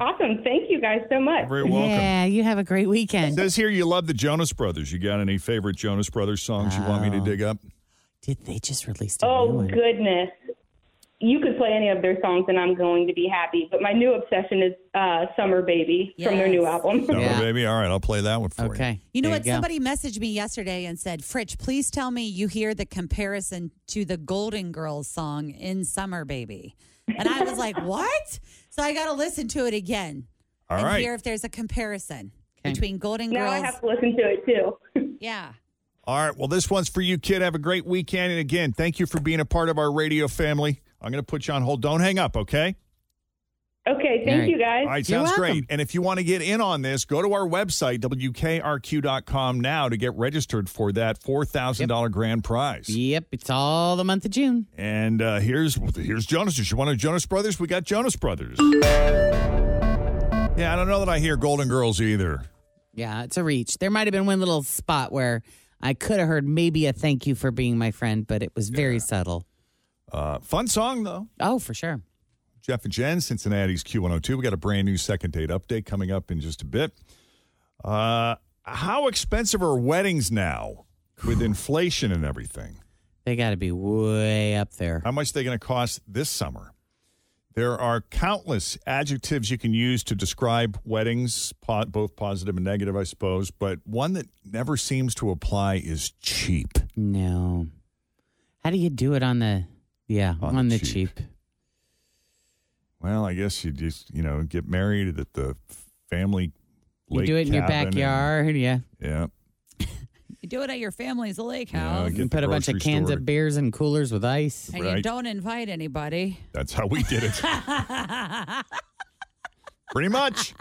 Awesome. Thank you guys so much. Very welcome. Yeah, you have a great It weekend. says here you love the Jonas Brothers. You got any favorite Jonas Brothers songs you want me to dig up? Oh. Did they just release Oh goodness. You could play any of their songs and I'm going to be happy. But my new obsession is uh, Summer Baby from their new album. Summer Baby. All right, I'll play that one for you. Okay. You know what? Somebody messaged me yesterday and said, Fritch, please tell me you hear the comparison to the Golden Girls song in Summer Baby. And I was [LAUGHS] like, what? So I got to listen to it again All and right. hear if there's a comparison between Golden Now Girls. I have to listen to it too. Yeah. All right. Well, this one's for you, kid. Have a great weekend. And again, thank you for being a part of our radio family. I'm going to put you on hold. Don't hang up, okay? Okay, thank you guys. All right, sounds great. And if you want to get in on this, go to our website, wkrq.com, now to get registered for that $4,000 grand prize. Yep, it's all the month of June. And uh, here's here's Jonas. You want to Jonas Brothers? We got Jonas Brothers. Yeah, I don't know that I hear Golden Girls either. Yeah, it's a reach. There might have been one little spot where I could have heard maybe a thank you for being my friend, but it was very subtle. Uh, fun song, though. Oh, for sure. Jeff and Jen, Cincinnati's Q102. We got a brand new second date update coming up in just a bit. Uh, how expensive are weddings now with [SIGHS] inflation and everything? They got to be way up there. How much they going to cost this summer? There are countless adjectives you can use to describe weddings, po- both positive and negative, I suppose, but one that never seems to apply is cheap. No. Oh. How do you do it on the yeah, on, the cheap. Well, I guess you just, you know, get married at the family You lake do it in your cabin and- backyard, yeah. yeah. You do it at your family's lake Yeah, house. get You the put a bunch of grocery cans store. of beers and coolers with ice. and you don't invite anybody. [LAUGHS] That's how we did it. Pretty [LAUGHS] much.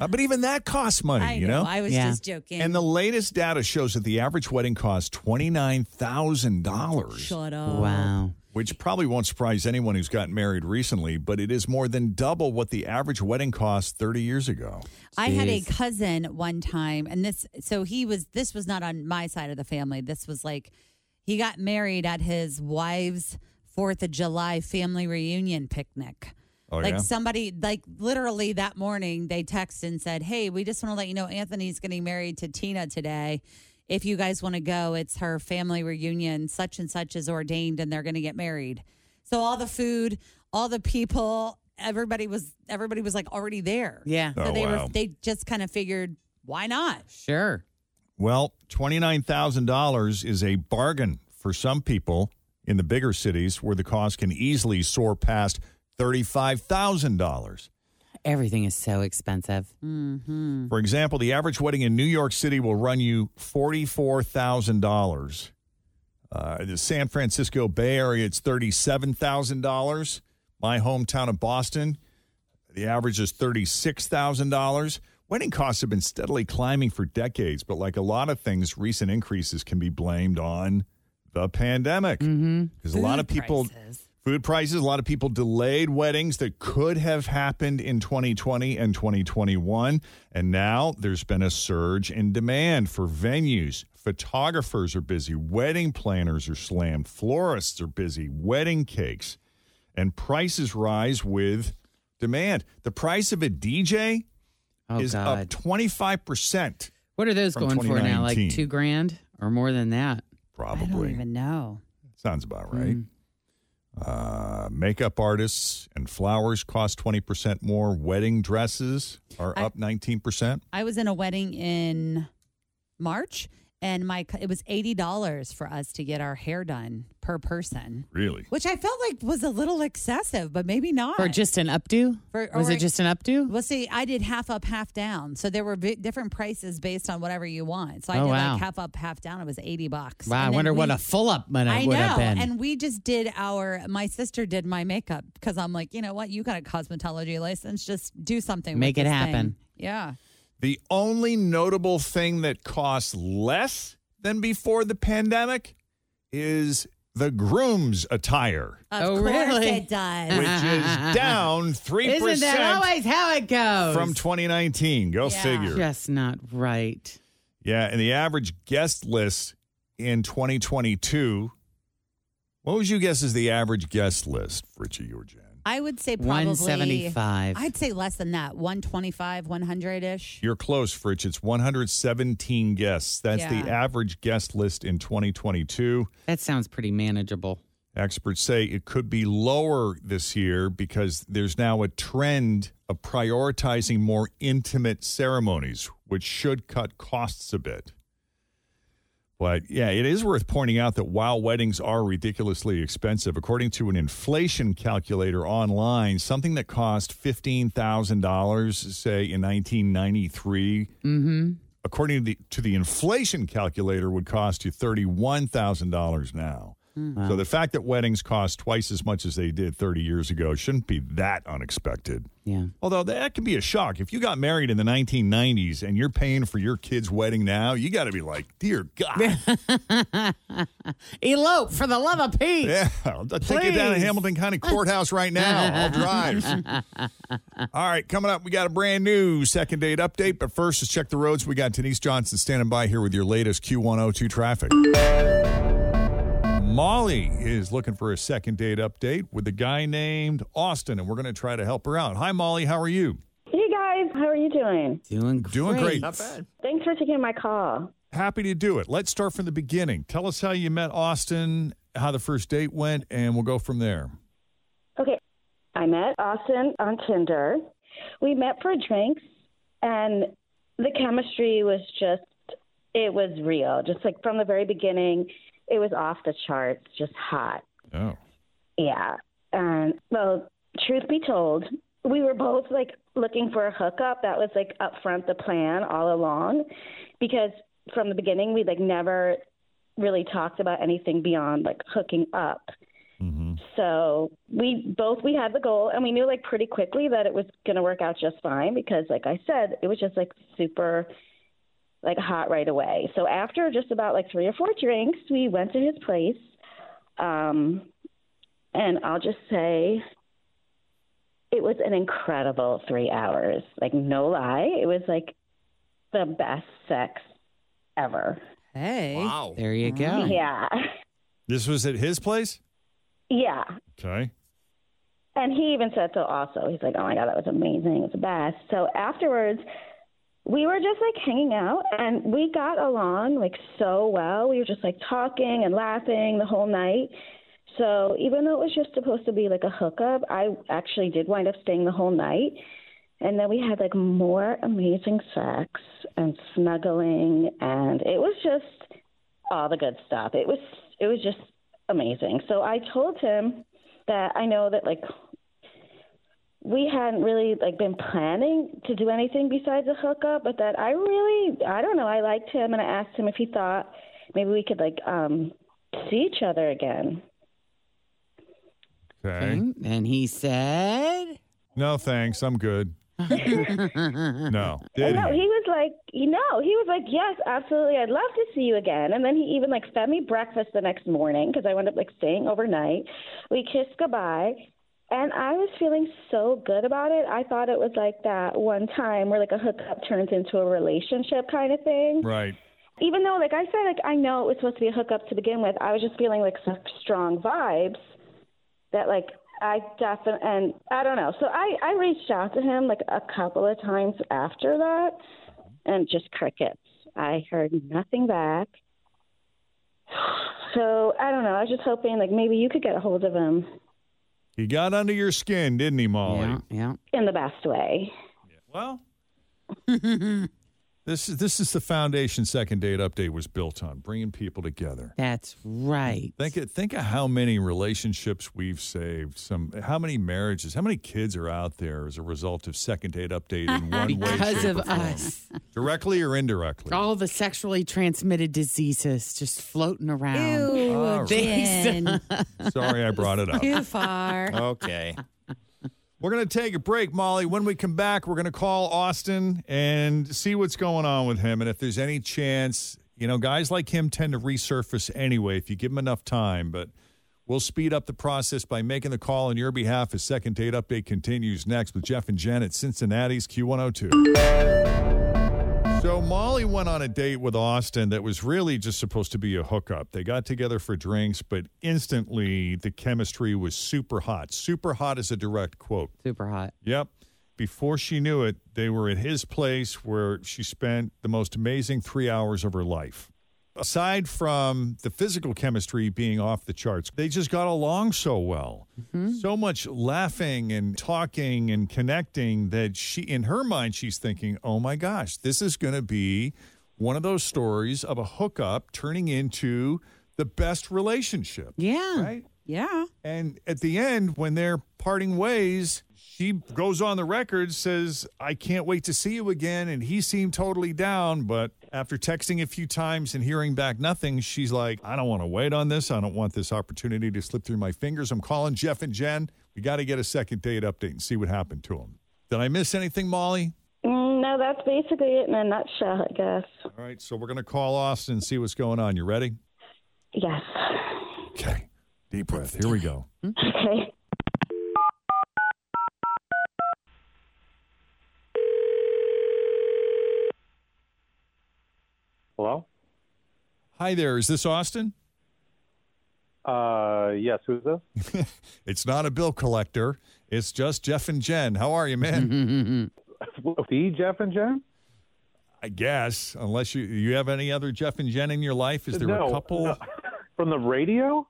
Uh, but even that costs money, I you know? know. I was just joking. And the latest data shows that the average wedding costs $29,000. Shut up. Wow. Which probably won't surprise anyone who's gotten married recently, but it is more than double what the average wedding cost 30 years ago. I had a cousin one time, and this, so he was, this was not on my side of the family. This was like, he got married at his wife's Fourth of July family reunion picnic. Oh, like yeah? somebody, like literally that morning, they texted and said, Hey, we just want to let you know Anthony's getting married to Tina today. If you guys want to go, it's her family reunion. Such and such is ordained, and they're going to get married. So all the food, all the people, everybody was everybody was like already there. [LAUGHS] Yeah. So Oh, they wow. were they just kind of figured, why not? Sure. Well, $29,000 is a bargain for some people in the bigger cities where the cost can easily soar past $35,000. Everything is so expensive. Mm-hmm. Hmm. For example, the average wedding in New York City will run you forty-four thousand dollars. Uh, the San Francisco Bay Area, it's thirty-seven thousand dollars. My hometown of Boston, the average is thirty-six thousand dollars. Wedding costs have been steadily climbing for decades, but like a lot of things, recent increases can be blamed on the pandemic. Because a lot of people, food prices, a lot of people delayed weddings that could have happened in 2020 and 2021. And now there's been a surge in demand for venues. Photographers are busy, wedding planners are slammed, florists are busy, wedding cakes, and prices rise with demand. The price of a DJ Oh, is up God. 25%. What are those From going for now? Like 2019. two grand or more than that? Mm. Probably. I don't even know. Sounds about right. Uh, makeup artists and flowers cost 20% more. Wedding dresses are up 19%. I was in a wedding in March and my co- it was eighty dollars for us to get our hair done per person. Really? Which I felt like was a little excessive, but maybe not. Or just an updo? For- Was or- it just an updo? Well, see, I did half up, half down. So there were vi- different prices based on whatever you want. So I Oh, did wow. like half up, half down. It was 80 bucks. Wow, I And then wonder what we- a full up might I have- know. would have been. And we just did our, my sister did my makeup because I'm like, you know what? You got a cosmetology license. Just do something. with Make it this happen. thing. Yeah. The only notable thing that costs less than before the pandemic is the groom's [LAUGHS] attire, Of Oh, course really? Uh, it does. which is down 3%. Isn't that always how it goes? From 2019. Go figure. Just not right. Yeah. And the average guest list in 2022. What would you guess is the average guest list, Richie or Jen? I would say probably 175. I'd say less than that, 125, 100 ish. You're close, Fritch. It's 117 guests. That's the Yeah. average guest list in 2022. That sounds pretty manageable. Experts say it could be lower this year because there's now a trend of prioritizing more intimate ceremonies, which should cut costs a bit. But yeah, it is worth pointing out that while weddings are ridiculously expensive, according to an inflation calculator online, something that cost $15,000, say in 1993, Mm-hmm. according to the, to the inflation calculator, would cost you $31,000 now. So the fact that weddings cost twice as much as they did 30 years ago shouldn't be that unexpected. Yeah. Although that can be a shock. If you got married in the 1990s and you're paying for your kid's wedding now, you got to be like, dear God. Elope for the love of Pete. [LAUGHS] Yeah, I'll take you down to Please. Hamilton County Courthouse right now. I'll drive. All right, coming up, we got a brand new second date update. But first, let's check the roads. We got Denise Johnson standing by here with your latest Q102 traffic. Molly is looking for a second date update with a guy named Austin, and we're going to try to help her out. Hi, Molly. How are you? Hey guys, how are you doing? Doing Doing great. Thanks for taking my call. Happy to do it. Let's start from the beginning. Tell us how you met Austin, how the first date went, and we'll go from there. Okay, I met Austin on Tinder. We met for drinks, and the chemistry was just, it was real. Just like from the very beginning, it was off the charts, just hot. Oh. Yeah. And well, truth be told, we were both like looking for a hookup. That was like up front the plan all along because from the beginning we like never really talked about anything beyond like hooking up. So we both we had the goal and we knew like pretty quickly that it was gonna work out just fine because like I said, it was just like super like hot right away. So after just about like three or four drinks, we went to his place. Um and I'll just say it was an incredible three hours. Like, no lie. It was like the best sex ever. Hey. Wow. There you go. Yeah. This was at his place? Yeah. Okay. And he even said so also. He's like, oh my God, that was amazing. It was the best. So afterwards, we were just like hanging out and we got along like so well. We were just like talking and laughing the whole night. So even though it was just supposed to be like a hookup, I actually did wind up staying the whole night. And then we had like more amazing sex and snuggling and it was just all the good stuff. It was it was just amazing. So I told him that I know that like we hadn't really like been planning to do anything besides a hookup, but that I really I don't know, I liked him and I asked him if he thought maybe we could like um see each other again. Okay. And he said, No, thanks. I'm [LAUGHS] good. no. Did And no, he? he was like, you know, he was like, yes, absolutely, I'd love to see you again. And then he even like fed me breakfast the next morning because I wound up like staying overnight. We kissed goodbye, and I was feeling so good about it. I thought it was like that one time where like a hookup turns into a relationship kind of thing. Right. Even though, like I said, like I know it was supposed to be a hookup to begin with, I was just feeling like such strong vibes that like I definitely and I don't know. So I I reached out to him like a couple of times after that, and just crickets. I heard nothing back. [SIGHS] So I don't know. I was just hoping like maybe you could get a hold of him He got under your skin, didn't he, Molly? Yeah. in the best way. Well, this is this is the foundation second date update was built on bringing people together. That's right. Think of- think of how many relationships we've saved. Some how many marriages, how many kids are out there as a result of second date update [LAUGHS] in one way, because shape, of or form. us, directly or indirectly. all the sexually transmitted diseases just floating around. Ew, All right. Jen. Sorry, I [LAUGHS] brought it up. Too Oh, far. Okay. We're going to take a break, Molly. When we come back, we're going to call Austin and see what's going on with him. And if there's any chance, you know, guys like him tend to resurface anyway if you give him enough time. But We'll speed up the process by making the call on your behalf as Second Date Update continues next with Jeff and Jen at Cincinnati's Q102. So Molly went on a date with Austin that was really just supposed to be a hookup. They got together for drinks, but instantly the chemistry was super hot. Super hot is a direct quote. Super hot. Yep. Before she knew it, they were at his place where she spent the most amazing three hours of her life. Aside from the physical chemistry being off the charts, they just got along so well. Mm-hmm. So much laughing and talking and connecting that she, in her mind, she's thinking, oh my gosh, this is going to be one of those stories of a hookup turning into the best relationship. Yeah. Right? Yeah. And at the end, when they're parting ways, she goes on the record, says, I can't wait to see you again. And he seemed totally down. But after texting a few times and hearing back nothing, she's like, I don't want to wait on this. I don't want this opportunity to slip through my fingers. I'm calling Jeff and Jen. We got to get a second date update and see what happened to him. Did I miss anything, Molly? Mm, No, that's basically it in a nutshell, I guess. All right. So we're going to call Austin and see what's going on. You ready? Yes. Okay. Deep breath. Here we go. [LAUGHS] Okay. Hello? Hi there. Is this Austin? Uh, yes, who's this? It's not a bill collector. It's just Jeff and Jen. How are [LAUGHS] you, man? the Jeff and Jen? I guess, unless you you have any other Jeff and Jen in your life. Is there No, a couple? no. [LAUGHS] From the radio?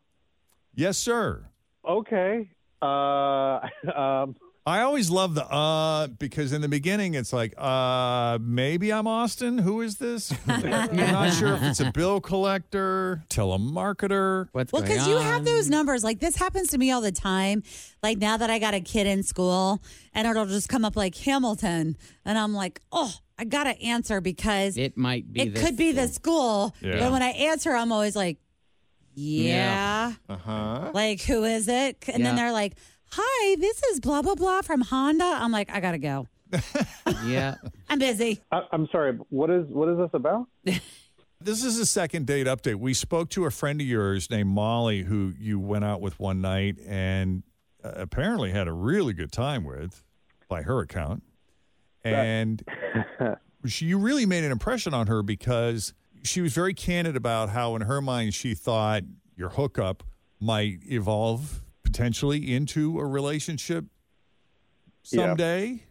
Yes, sir. Okay. Uh, [LAUGHS] um, I always love the uh because in the beginning it's like uh maybe I'm Austin. Who [LAUGHS] is this? I'm not sure if it's a bill collector, telemarketer. What's Well, because you have those numbers. Like this happens to me all the time. Like now that I got a kid in school, and it'll just come up like Hamilton, and I'm like, oh, I gotta answer because it, [LAUGHS] It might be. this could be the school. Yeah. But when I answer, I'm always like, yeah. Uh Uh-huh. huh. Like, who is it? And Yeah. then they're like, hi, this is blah, blah, blah from Honda. I'm like, I got to go. yeah. I'm busy. I, I'm sorry. What is what is this about? This is a second date update. We spoke to a friend of yours named Molly who you went out with one night and uh, apparently had a really good time with by her account. And she, you really made an impression on her because she was very candid about how, in her mind, she thought your hookup might evolve potentially into a relationship Yeah. someday.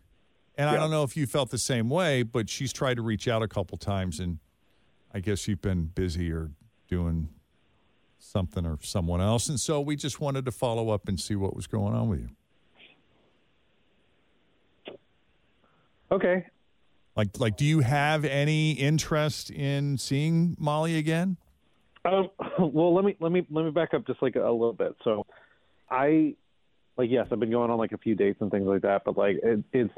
And I Yeah. don't know if you felt the same way, but she's tried to reach out a couple times, and I guess you've been busy or doing something or someone else. And so we just wanted to follow up and see what was going on with you. Okay. Like, like, do you have any interest in seeing Molly again? Um, [LAUGHS] well, let me let me let me back up just like a little bit. So, I like yes, I've been going on like a few dates and things like that, but like it, it's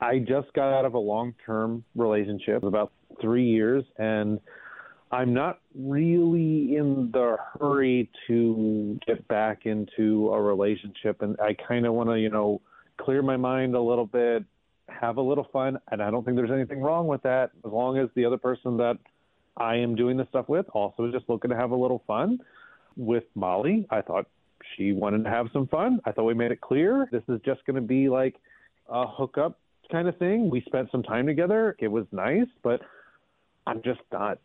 I just got out of a long term relationship about three years, and I'm not really in the hurry to get back into a relationship, and I kind of want to you know clear my mind a little bit, have a little fun, and I don't think there's anything wrong with that as long as the other person that I am doing this stuff with also just looking to have a little fun with Molly. I thought she wanted to have some fun. I thought we made it clear this is just going to be like a hookup kind of thing. We spent some time together. It was nice, but I'm just not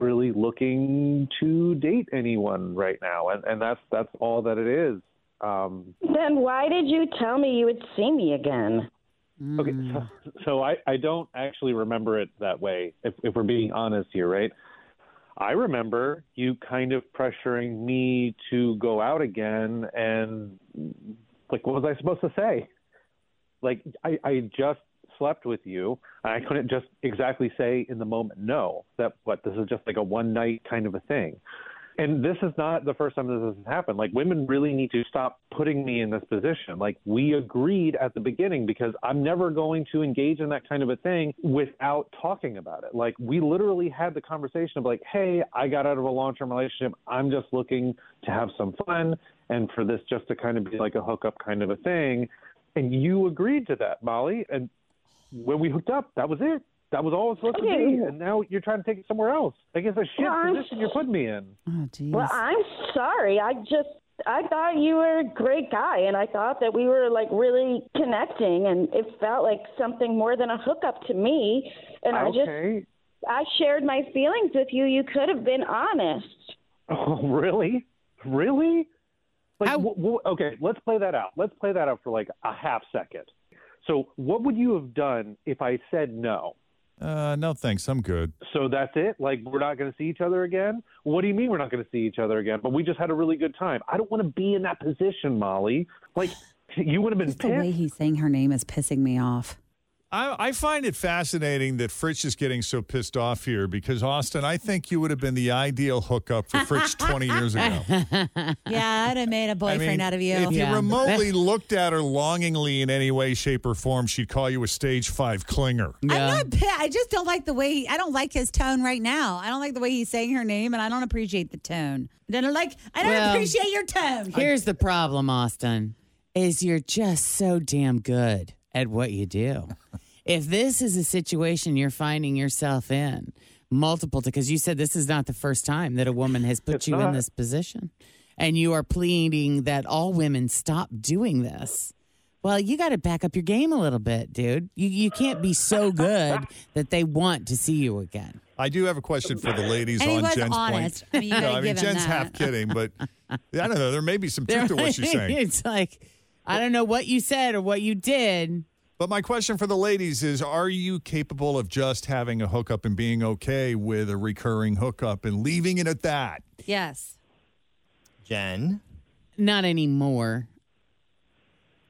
really looking to date anyone right now, and and that's that's all that it is. Um, Then why did you tell me you would see me again? Okay, so, so I, I don't actually remember it that way, if, if we're being honest here, right? I remember you kind of pressuring me to go out again, and like, what was I supposed to say? Like, I, I just slept with you, and I couldn't just exactly say in the moment, no, that what, this is just like a one night kind of a thing. And this is not the first time this has happened. Like, women really need to stop putting me in this position. Like, we agreed at the beginning because I'm never going to engage in that kind of a thing without talking about it. Like, we literally had the conversation of, like, hey, I got out of a long term relationship. I'm just looking to have some fun and for this just to kind of be like a hookup kind of a thing. And you agreed to that, Molly. And when we hooked up, that was it. That was all it's supposed Okay. to be, and now you're trying to take it somewhere else. Like it's a shit Well, I'm- position you're putting me in. Oh, geez. Well, I'm sorry. I just I thought you were a great guy, and I thought that we were like really connecting, and it felt like something more than a hookup to me. And I just I shared my feelings with you. You could have been honest. [LAUGHS] Oh, really? Really? Like, wh- wh- okay, let's play that out. Let's play that out for like a half second. So, what would you have done if I said no? Uh, no thanks. I'm good. So that's it. Like, we're not going to see each other again. What do you mean we're not going to see each other again? But we just had a really good time. I don't want to be in that position, Molly. Like, [LAUGHS] you would have been Just the way pissed. he's saying her name is pissing me off. I, I find it fascinating that Fritz is getting so pissed off here because Austin, I think you would have been the ideal hookup for Fritz 20 years [LAUGHS] ago. [LAUGHS] yeah, I'd have made a I boyfriend mean, out of you. If you remotely looked at her longingly in any way, shape, or form, she'd call you a stage five clinger. [LAUGHS] I'm not. pi- I just don't like the way. I don't like his tone right now. I don't like the way he's saying her name, and I don't appreciate the tone. Then I like. I don't Well, appreciate your tone. Here's the problem, Austin, is you're just so damn good at what you do. if this is a situation you're finding yourself in, multiple because you said this is not the first time that a woman has put you in not. this position. And you are pleading that all women stop doing this. Well, you got to back up your game a little bit, dude. You, you can't be so good that they want to see you again. I do have a question for the ladies And he on was Jen's point. honest. I mean, you no, gotta I mean give him Jen's that. half kidding, [LAUGHS] but I don't know. There may be some truth to what she's saying. it's like, I don't know what you said or what you did. But my question for the ladies is Are you capable of just having a hookup and being okay with a recurring hookup and leaving it at that? Yes. Jen? Not anymore.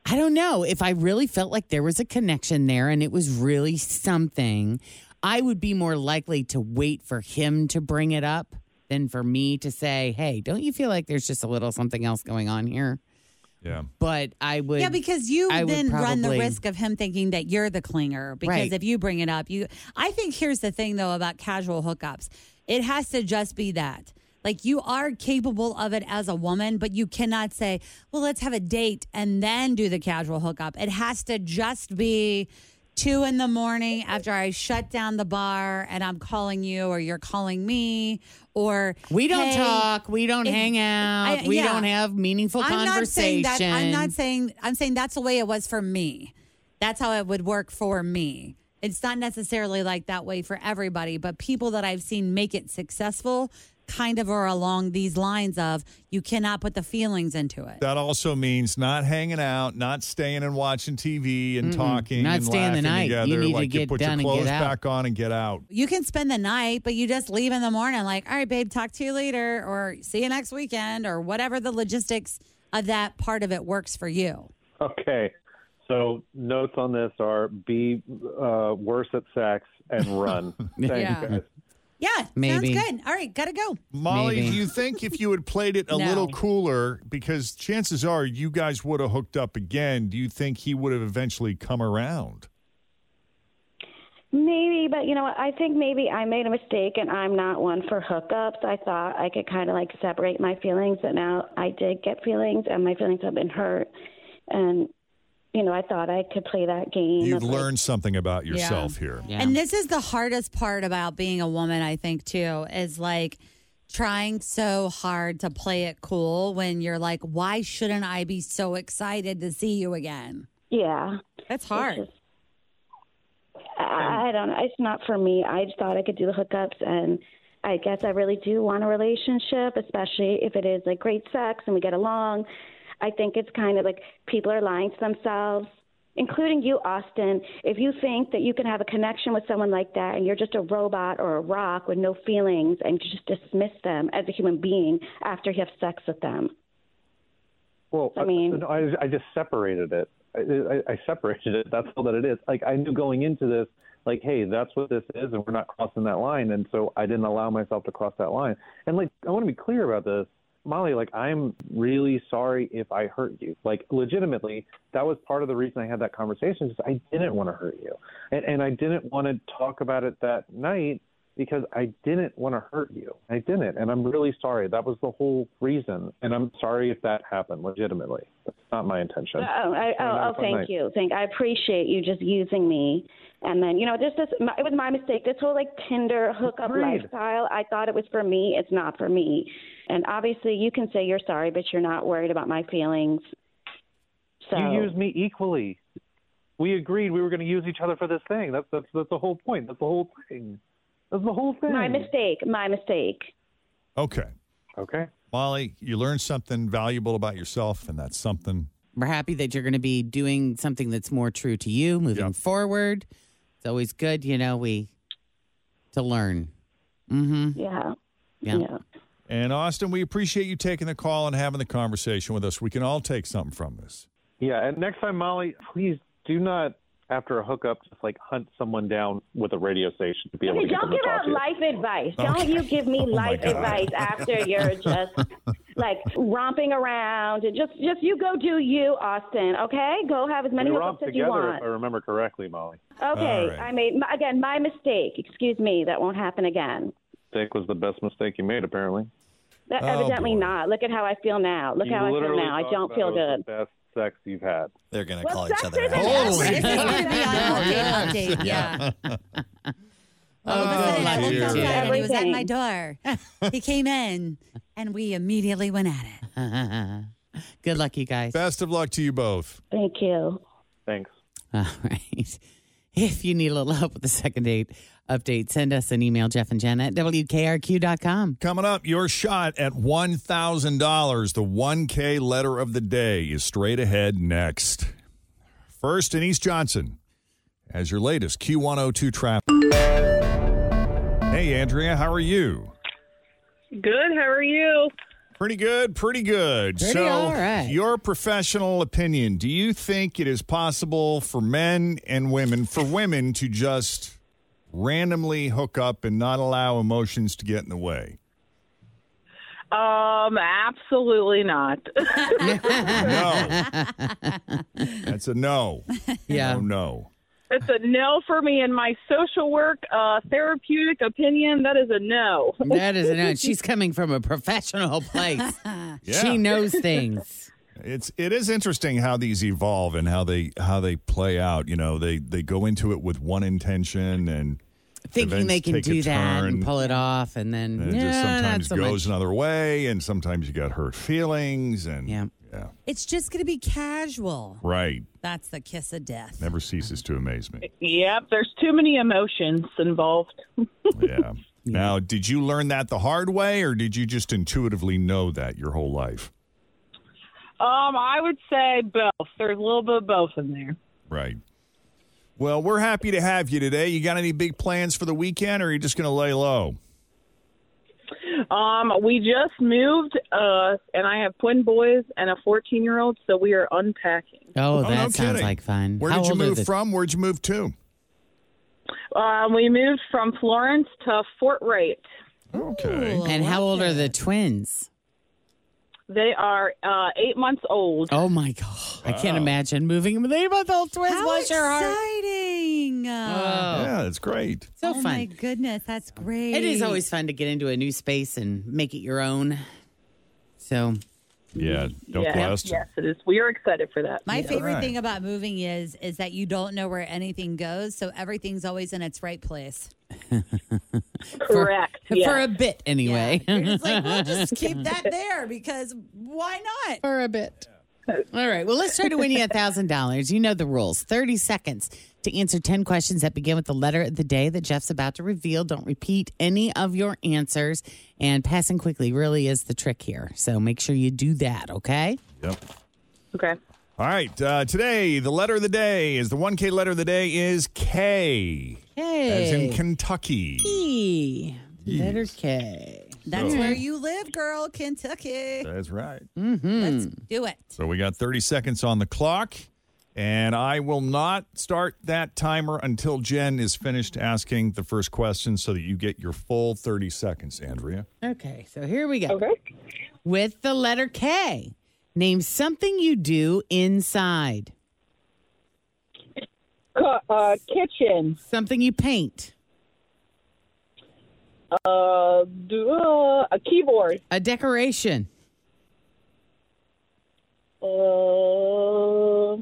I don't know. If I really felt like there was a connection there and it was really something, I would be more likely to wait for him to bring it up than for me to say, hey, don't you feel like there's just a little something else going on here? Yeah. But I would. yeah, because you I would then run the probably- risk of him thinking that you're the clinger. Because Right. if you bring it up, you. I think here's the thing though about casual hookups. It has to just be that. Like you are capable of it as a woman, but you cannot say, "Well, let's have a date and then do the casual hookup." It has to just be two in the morning after I shut down the bar and I'm calling you, or you're calling me, or We don't "Hey," talk. We don't it- hang out. I- we yeah. don't have meaningful saying conversation. that. I'm not saying. I'm saying that's the way it was for me. That's how it would work for me. It's not necessarily like that way for everybody, but people that I've seen make it successful kind of are along these lines of you cannot put the feelings into it. That also means not hanging out, not staying and watching TV and Mm-mm. talking, Not and staying laughing the night. You together. need to like you get put done your and get clothes out. back on and get out. You can spend the night, but you just leave in the morning like, all right, babe, talk to you later or see you next weekend or whatever the logistics of that part of it works for you. Okay. So notes on this are be uh, worse at sex and run. Thanks, Yeah. guys. Yeah, Maybe. sounds good. All right, gotta go. Molly, Maybe. do you think if you had played it a No. little cooler, because chances are you guys would have hooked up again, do you think he would have eventually come around? Maybe, but you know what? I think maybe I made a mistake and I'm not one for hookups. I thought I could kind of like separate my feelings, but now I did get feelings and my feelings have been hurt. And, you know, I thought I could play that game. You've of, like, learned something about Yeah. yourself here. And this is the hardest part about being a woman, I think, too, is like trying so hard to play it cool when you're like, why shouldn't I be so excited to see you again? yeah. That's hard. It's just- I, I don't know. It's not for me. I just thought I could do the hookups and. I guess I really do want a relationship, especially if it is like great sex and we get along. I think it's kind of like people are lying to themselves, including you, Austin. If you think that you can have a connection with someone like that and you're just a robot or a rock with no feelings and you just dismiss them as a human being after you have sex with them. Well, I mean, I, I just separated it. I, I, I separated it. That's all that it is. Like I knew going into this, like, hey, that's what this is, and we're not crossing that line. And so I didn't allow myself to cross that line. And like, I want to be clear about this, Molly. Like, I'm really sorry if I hurt you. Like, legitimately, that was part of the reason I had that conversation. Is I didn't want to hurt you, and and I didn't want to talk about it that night because I didn't want to hurt you. I didn't, and I'm really sorry. That was the whole reason, and I'm sorry if that happened. Legitimately, that's not my intention. Oh, I, And oh, have oh a fun thank night. you. Thank. I appreciate you just using me. And then, you know, just this, my, it was my mistake. This whole like Tinder hookup Agreed. lifestyle, I thought it was for me. It's not for me. And obviously, you can say you're sorry, but you're not worried about my feelings. So You used me equally. We agreed we were going to use each other for this thing. That's that's that's the whole point. That's the whole thing. That's the whole thing. my mistake. My mistake. Okay. Okay. Molly, you learned something valuable about yourself, and that's something. We're happy that you're going to be doing something that's more true to you moving forward. It's always good, you know, we to learn. Mm-hmm. Yeah. Yeah. And Austin, we appreciate you taking the call and having the conversation with us. We can all take something from this. Yeah, and next time, Molly, please do not after a hookup just like hunt someone down with a radio station to be able to get them don't to give talk out to you. Oh, life advice. Don't you give me life advice after [LAUGHS] you're just like romping around and just just you go do you, Austin. Okay, go have as many we hookups romped as you together, want. if I remember correctly, Molly. Okay, All right. I made my- again my mistake. Excuse me, that won't happen again. Dick was the best mistake you made, apparently. That, Oh, evidently not. Look at how I feel now. Look You how I feel literally now. I thought don't that feel was good. The best sex you've had. They're gonna Well, call sex each other isn't out. that [LAUGHS] Holy bad. This is gonna [LAUGHS] be [LAUGHS] on update, update, yeah. Oh, All of a sudden, I looked dear. outside and he was at my Everything. door. he came in, and we immediately went at it. [LAUGHS] Good luck, you guys. Best of luck to you both. Thank you. Thanks. All right. If you need a little help with the second date update, send us an email, Jeff and Jen at WKRQ.com. Coming up, your shot at $1,000. The 1K letter of the day is straight ahead next. First, Denise Johnson as your latest Q102 traffic. Hey, Andrea, how are you? Good. How are you? Pretty good, pretty good. Pretty so, all right. your professional opinion, do you think it is possible for men and women, for women to just randomly hook up and not allow emotions to get in the way? [LAUGHS] Um, absolutely [LAUGHS] not. [LAUGHS] That's a [LAUGHS] no. Yeah. No, no. it's a no for me in my social work, uh, therapeutic opinion. That is a no. That is [LAUGHS] it. She's coming from a professional place. She knows things. It's it is interesting how these evolve and how they how they play out. You know, they they go into it with one intention and Thinking they events can take a do that and turn. pull it off, and then And it yeah, just sometimes not so goes much. another way, and sometimes you got hurt feelings, and yeah, It's just going to be casual. right. That's the kiss of death. Never ceases to amaze me. Yep, there's too many emotions involved. Yeah. Now, did you learn that the hard way, or did you just intuitively know that your whole life? Um, I would say both. There's a little bit of both in there. Right. Well, we're happy to have you today. You got any big plans for the weekend, or are you just going to lay low? Um, we just moved, uh, and I have twin boys and a 14 year old, so we are unpacking. Oh, Oh, no that sounds kidding. like fun. Where How did you old are move the- from? Where'd you move to? Um, we moved from Florence to Fort Wright. Okay. and how old are the twins? They are uh, eight months old. Oh my god! I can't imagine moving them. They both old twins. How bless your heart. exciting! Oh. Yeah, that's great. So oh fun. my goodness, that's great. It is always fun to get into a new space and make it your own. So, yeah, yes, yes, it is. We are excited for that. My favorite thing about moving is is that you don't know where anything goes, so everything's always in its right [LAUGHS] place. Correct. yes. for a bit anyway. It's like [LAUGHS] we'll just keep that there because why not? For a bit. All right. Well, let's try to win you $1,000. You know the rules 30 seconds to answer 10 questions that begin with the letter of the day that Jeff's about to reveal. Don't repeat any of your answers. And passing quickly really is the trick here. So make sure you do that, okay? Yep. Okay. All right. Uh, today, the letter of the day is the 1K letter of the day is K. As in Kentucky. K. Letter K. That's So- where you live, girl, Kentucky. That's right. Mm-hmm. Let's do it. So we got 30 seconds on the clock, and I will not start that timer until Jen is finished asking the first question so that you get your full 30 seconds, Andrea. Okay, so here we go. With the letter K, name something you do inside. uh, kitchen. Something you paint. Uh, do, uh, a keyboard. A decoration. Uh,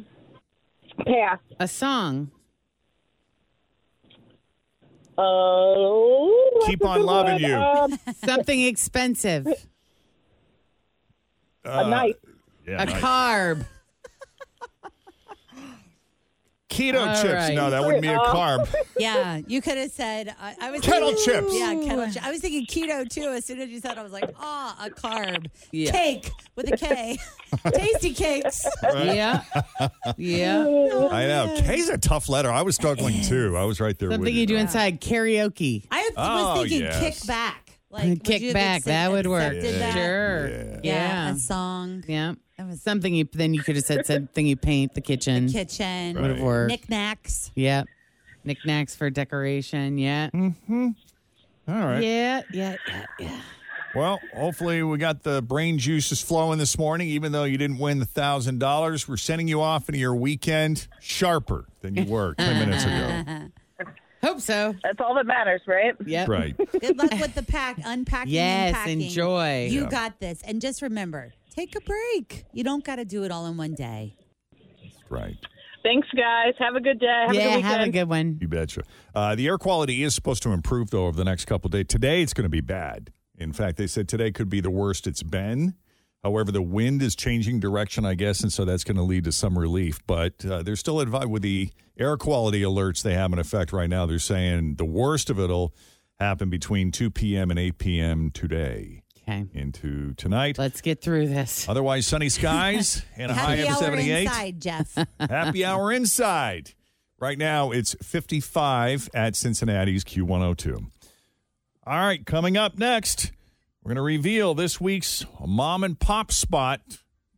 pass. A song. uh, Oh. Keep on loving you. [LAUGHS] Something expensive. Uh, yeah, a knife. carb. [LAUGHS] Keto chips. No, that wouldn't be a carb. [LAUGHS] yeah, you could have said I, I was Kettle thinking- chips. Yeah, kettle chips. I was thinking keto too. As soon as you said, I was like, ah, a carb Yeah. cake with [LAUGHS] a K, tasty cakes. Right? Oh, Yeah. Yeah. I know. K's a tough letter. I was struggling too. I was right there with Something you. you do inside karaoke. I was Oh, thinking yes. kick back, like would you kick have back. accept- That would work. accepted that? Sure. Yeah. Yeah. a song, Yeah. something you then you could have said something you paint the kitchen. kitchen, Would have worked. knickknacks. yeah. Knickknacks for decoration. Yeah. Mm-hmm. All right. Yeah. Yeah. yeah. Well, hopefully we got the brain juices flowing this morning. Even though you didn't win the thousand dollars, we're sending you off into your weekend sharper than you were ten minutes ago. [LAUGHS] Hope so. That's all that matters, right? Yep. Right. Good luck with the pack, [LAUGHS] unpacking. Yes, and packing. enjoy. You Yeah. got this. And just remember, take a break. You don't got to do it all in one day. Right. Thanks, guys. Have a good day. Have a good weekend. good one. You betcha. Uh, the air quality is supposed to improve though over the next couple of days. Today it's going to be bad. In fact, they said today could be the worst it's been. However, the wind is changing direction, I guess, and so that's going to lead to some relief. But uh, they're still advised with the air quality alerts they have in effect right now. They're saying the worst of it'll happen between 2 p.m. and 8 p.m. today. Okay. Into tonight. Let's get through this. Otherwise, sunny skies [LAUGHS] and a high Happy of hour 78. inside, Jeff. Happy hour inside. Right now, it's 55 at Cincinnati's Q102. All right, coming up next, we're going to reveal this week's mom and pop spot.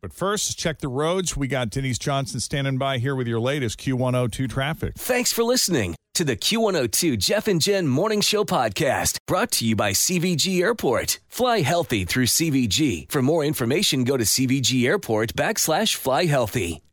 But first, check the roads. We got Denise Johnson standing by here with your latest Q102 traffic. Thanks for listening to the Q102 Jeff and Jen Morning Show podcast brought to you by CVG Airport. Fly healthy through CVG. For more information, go to CVG Airport backslash fly healthy.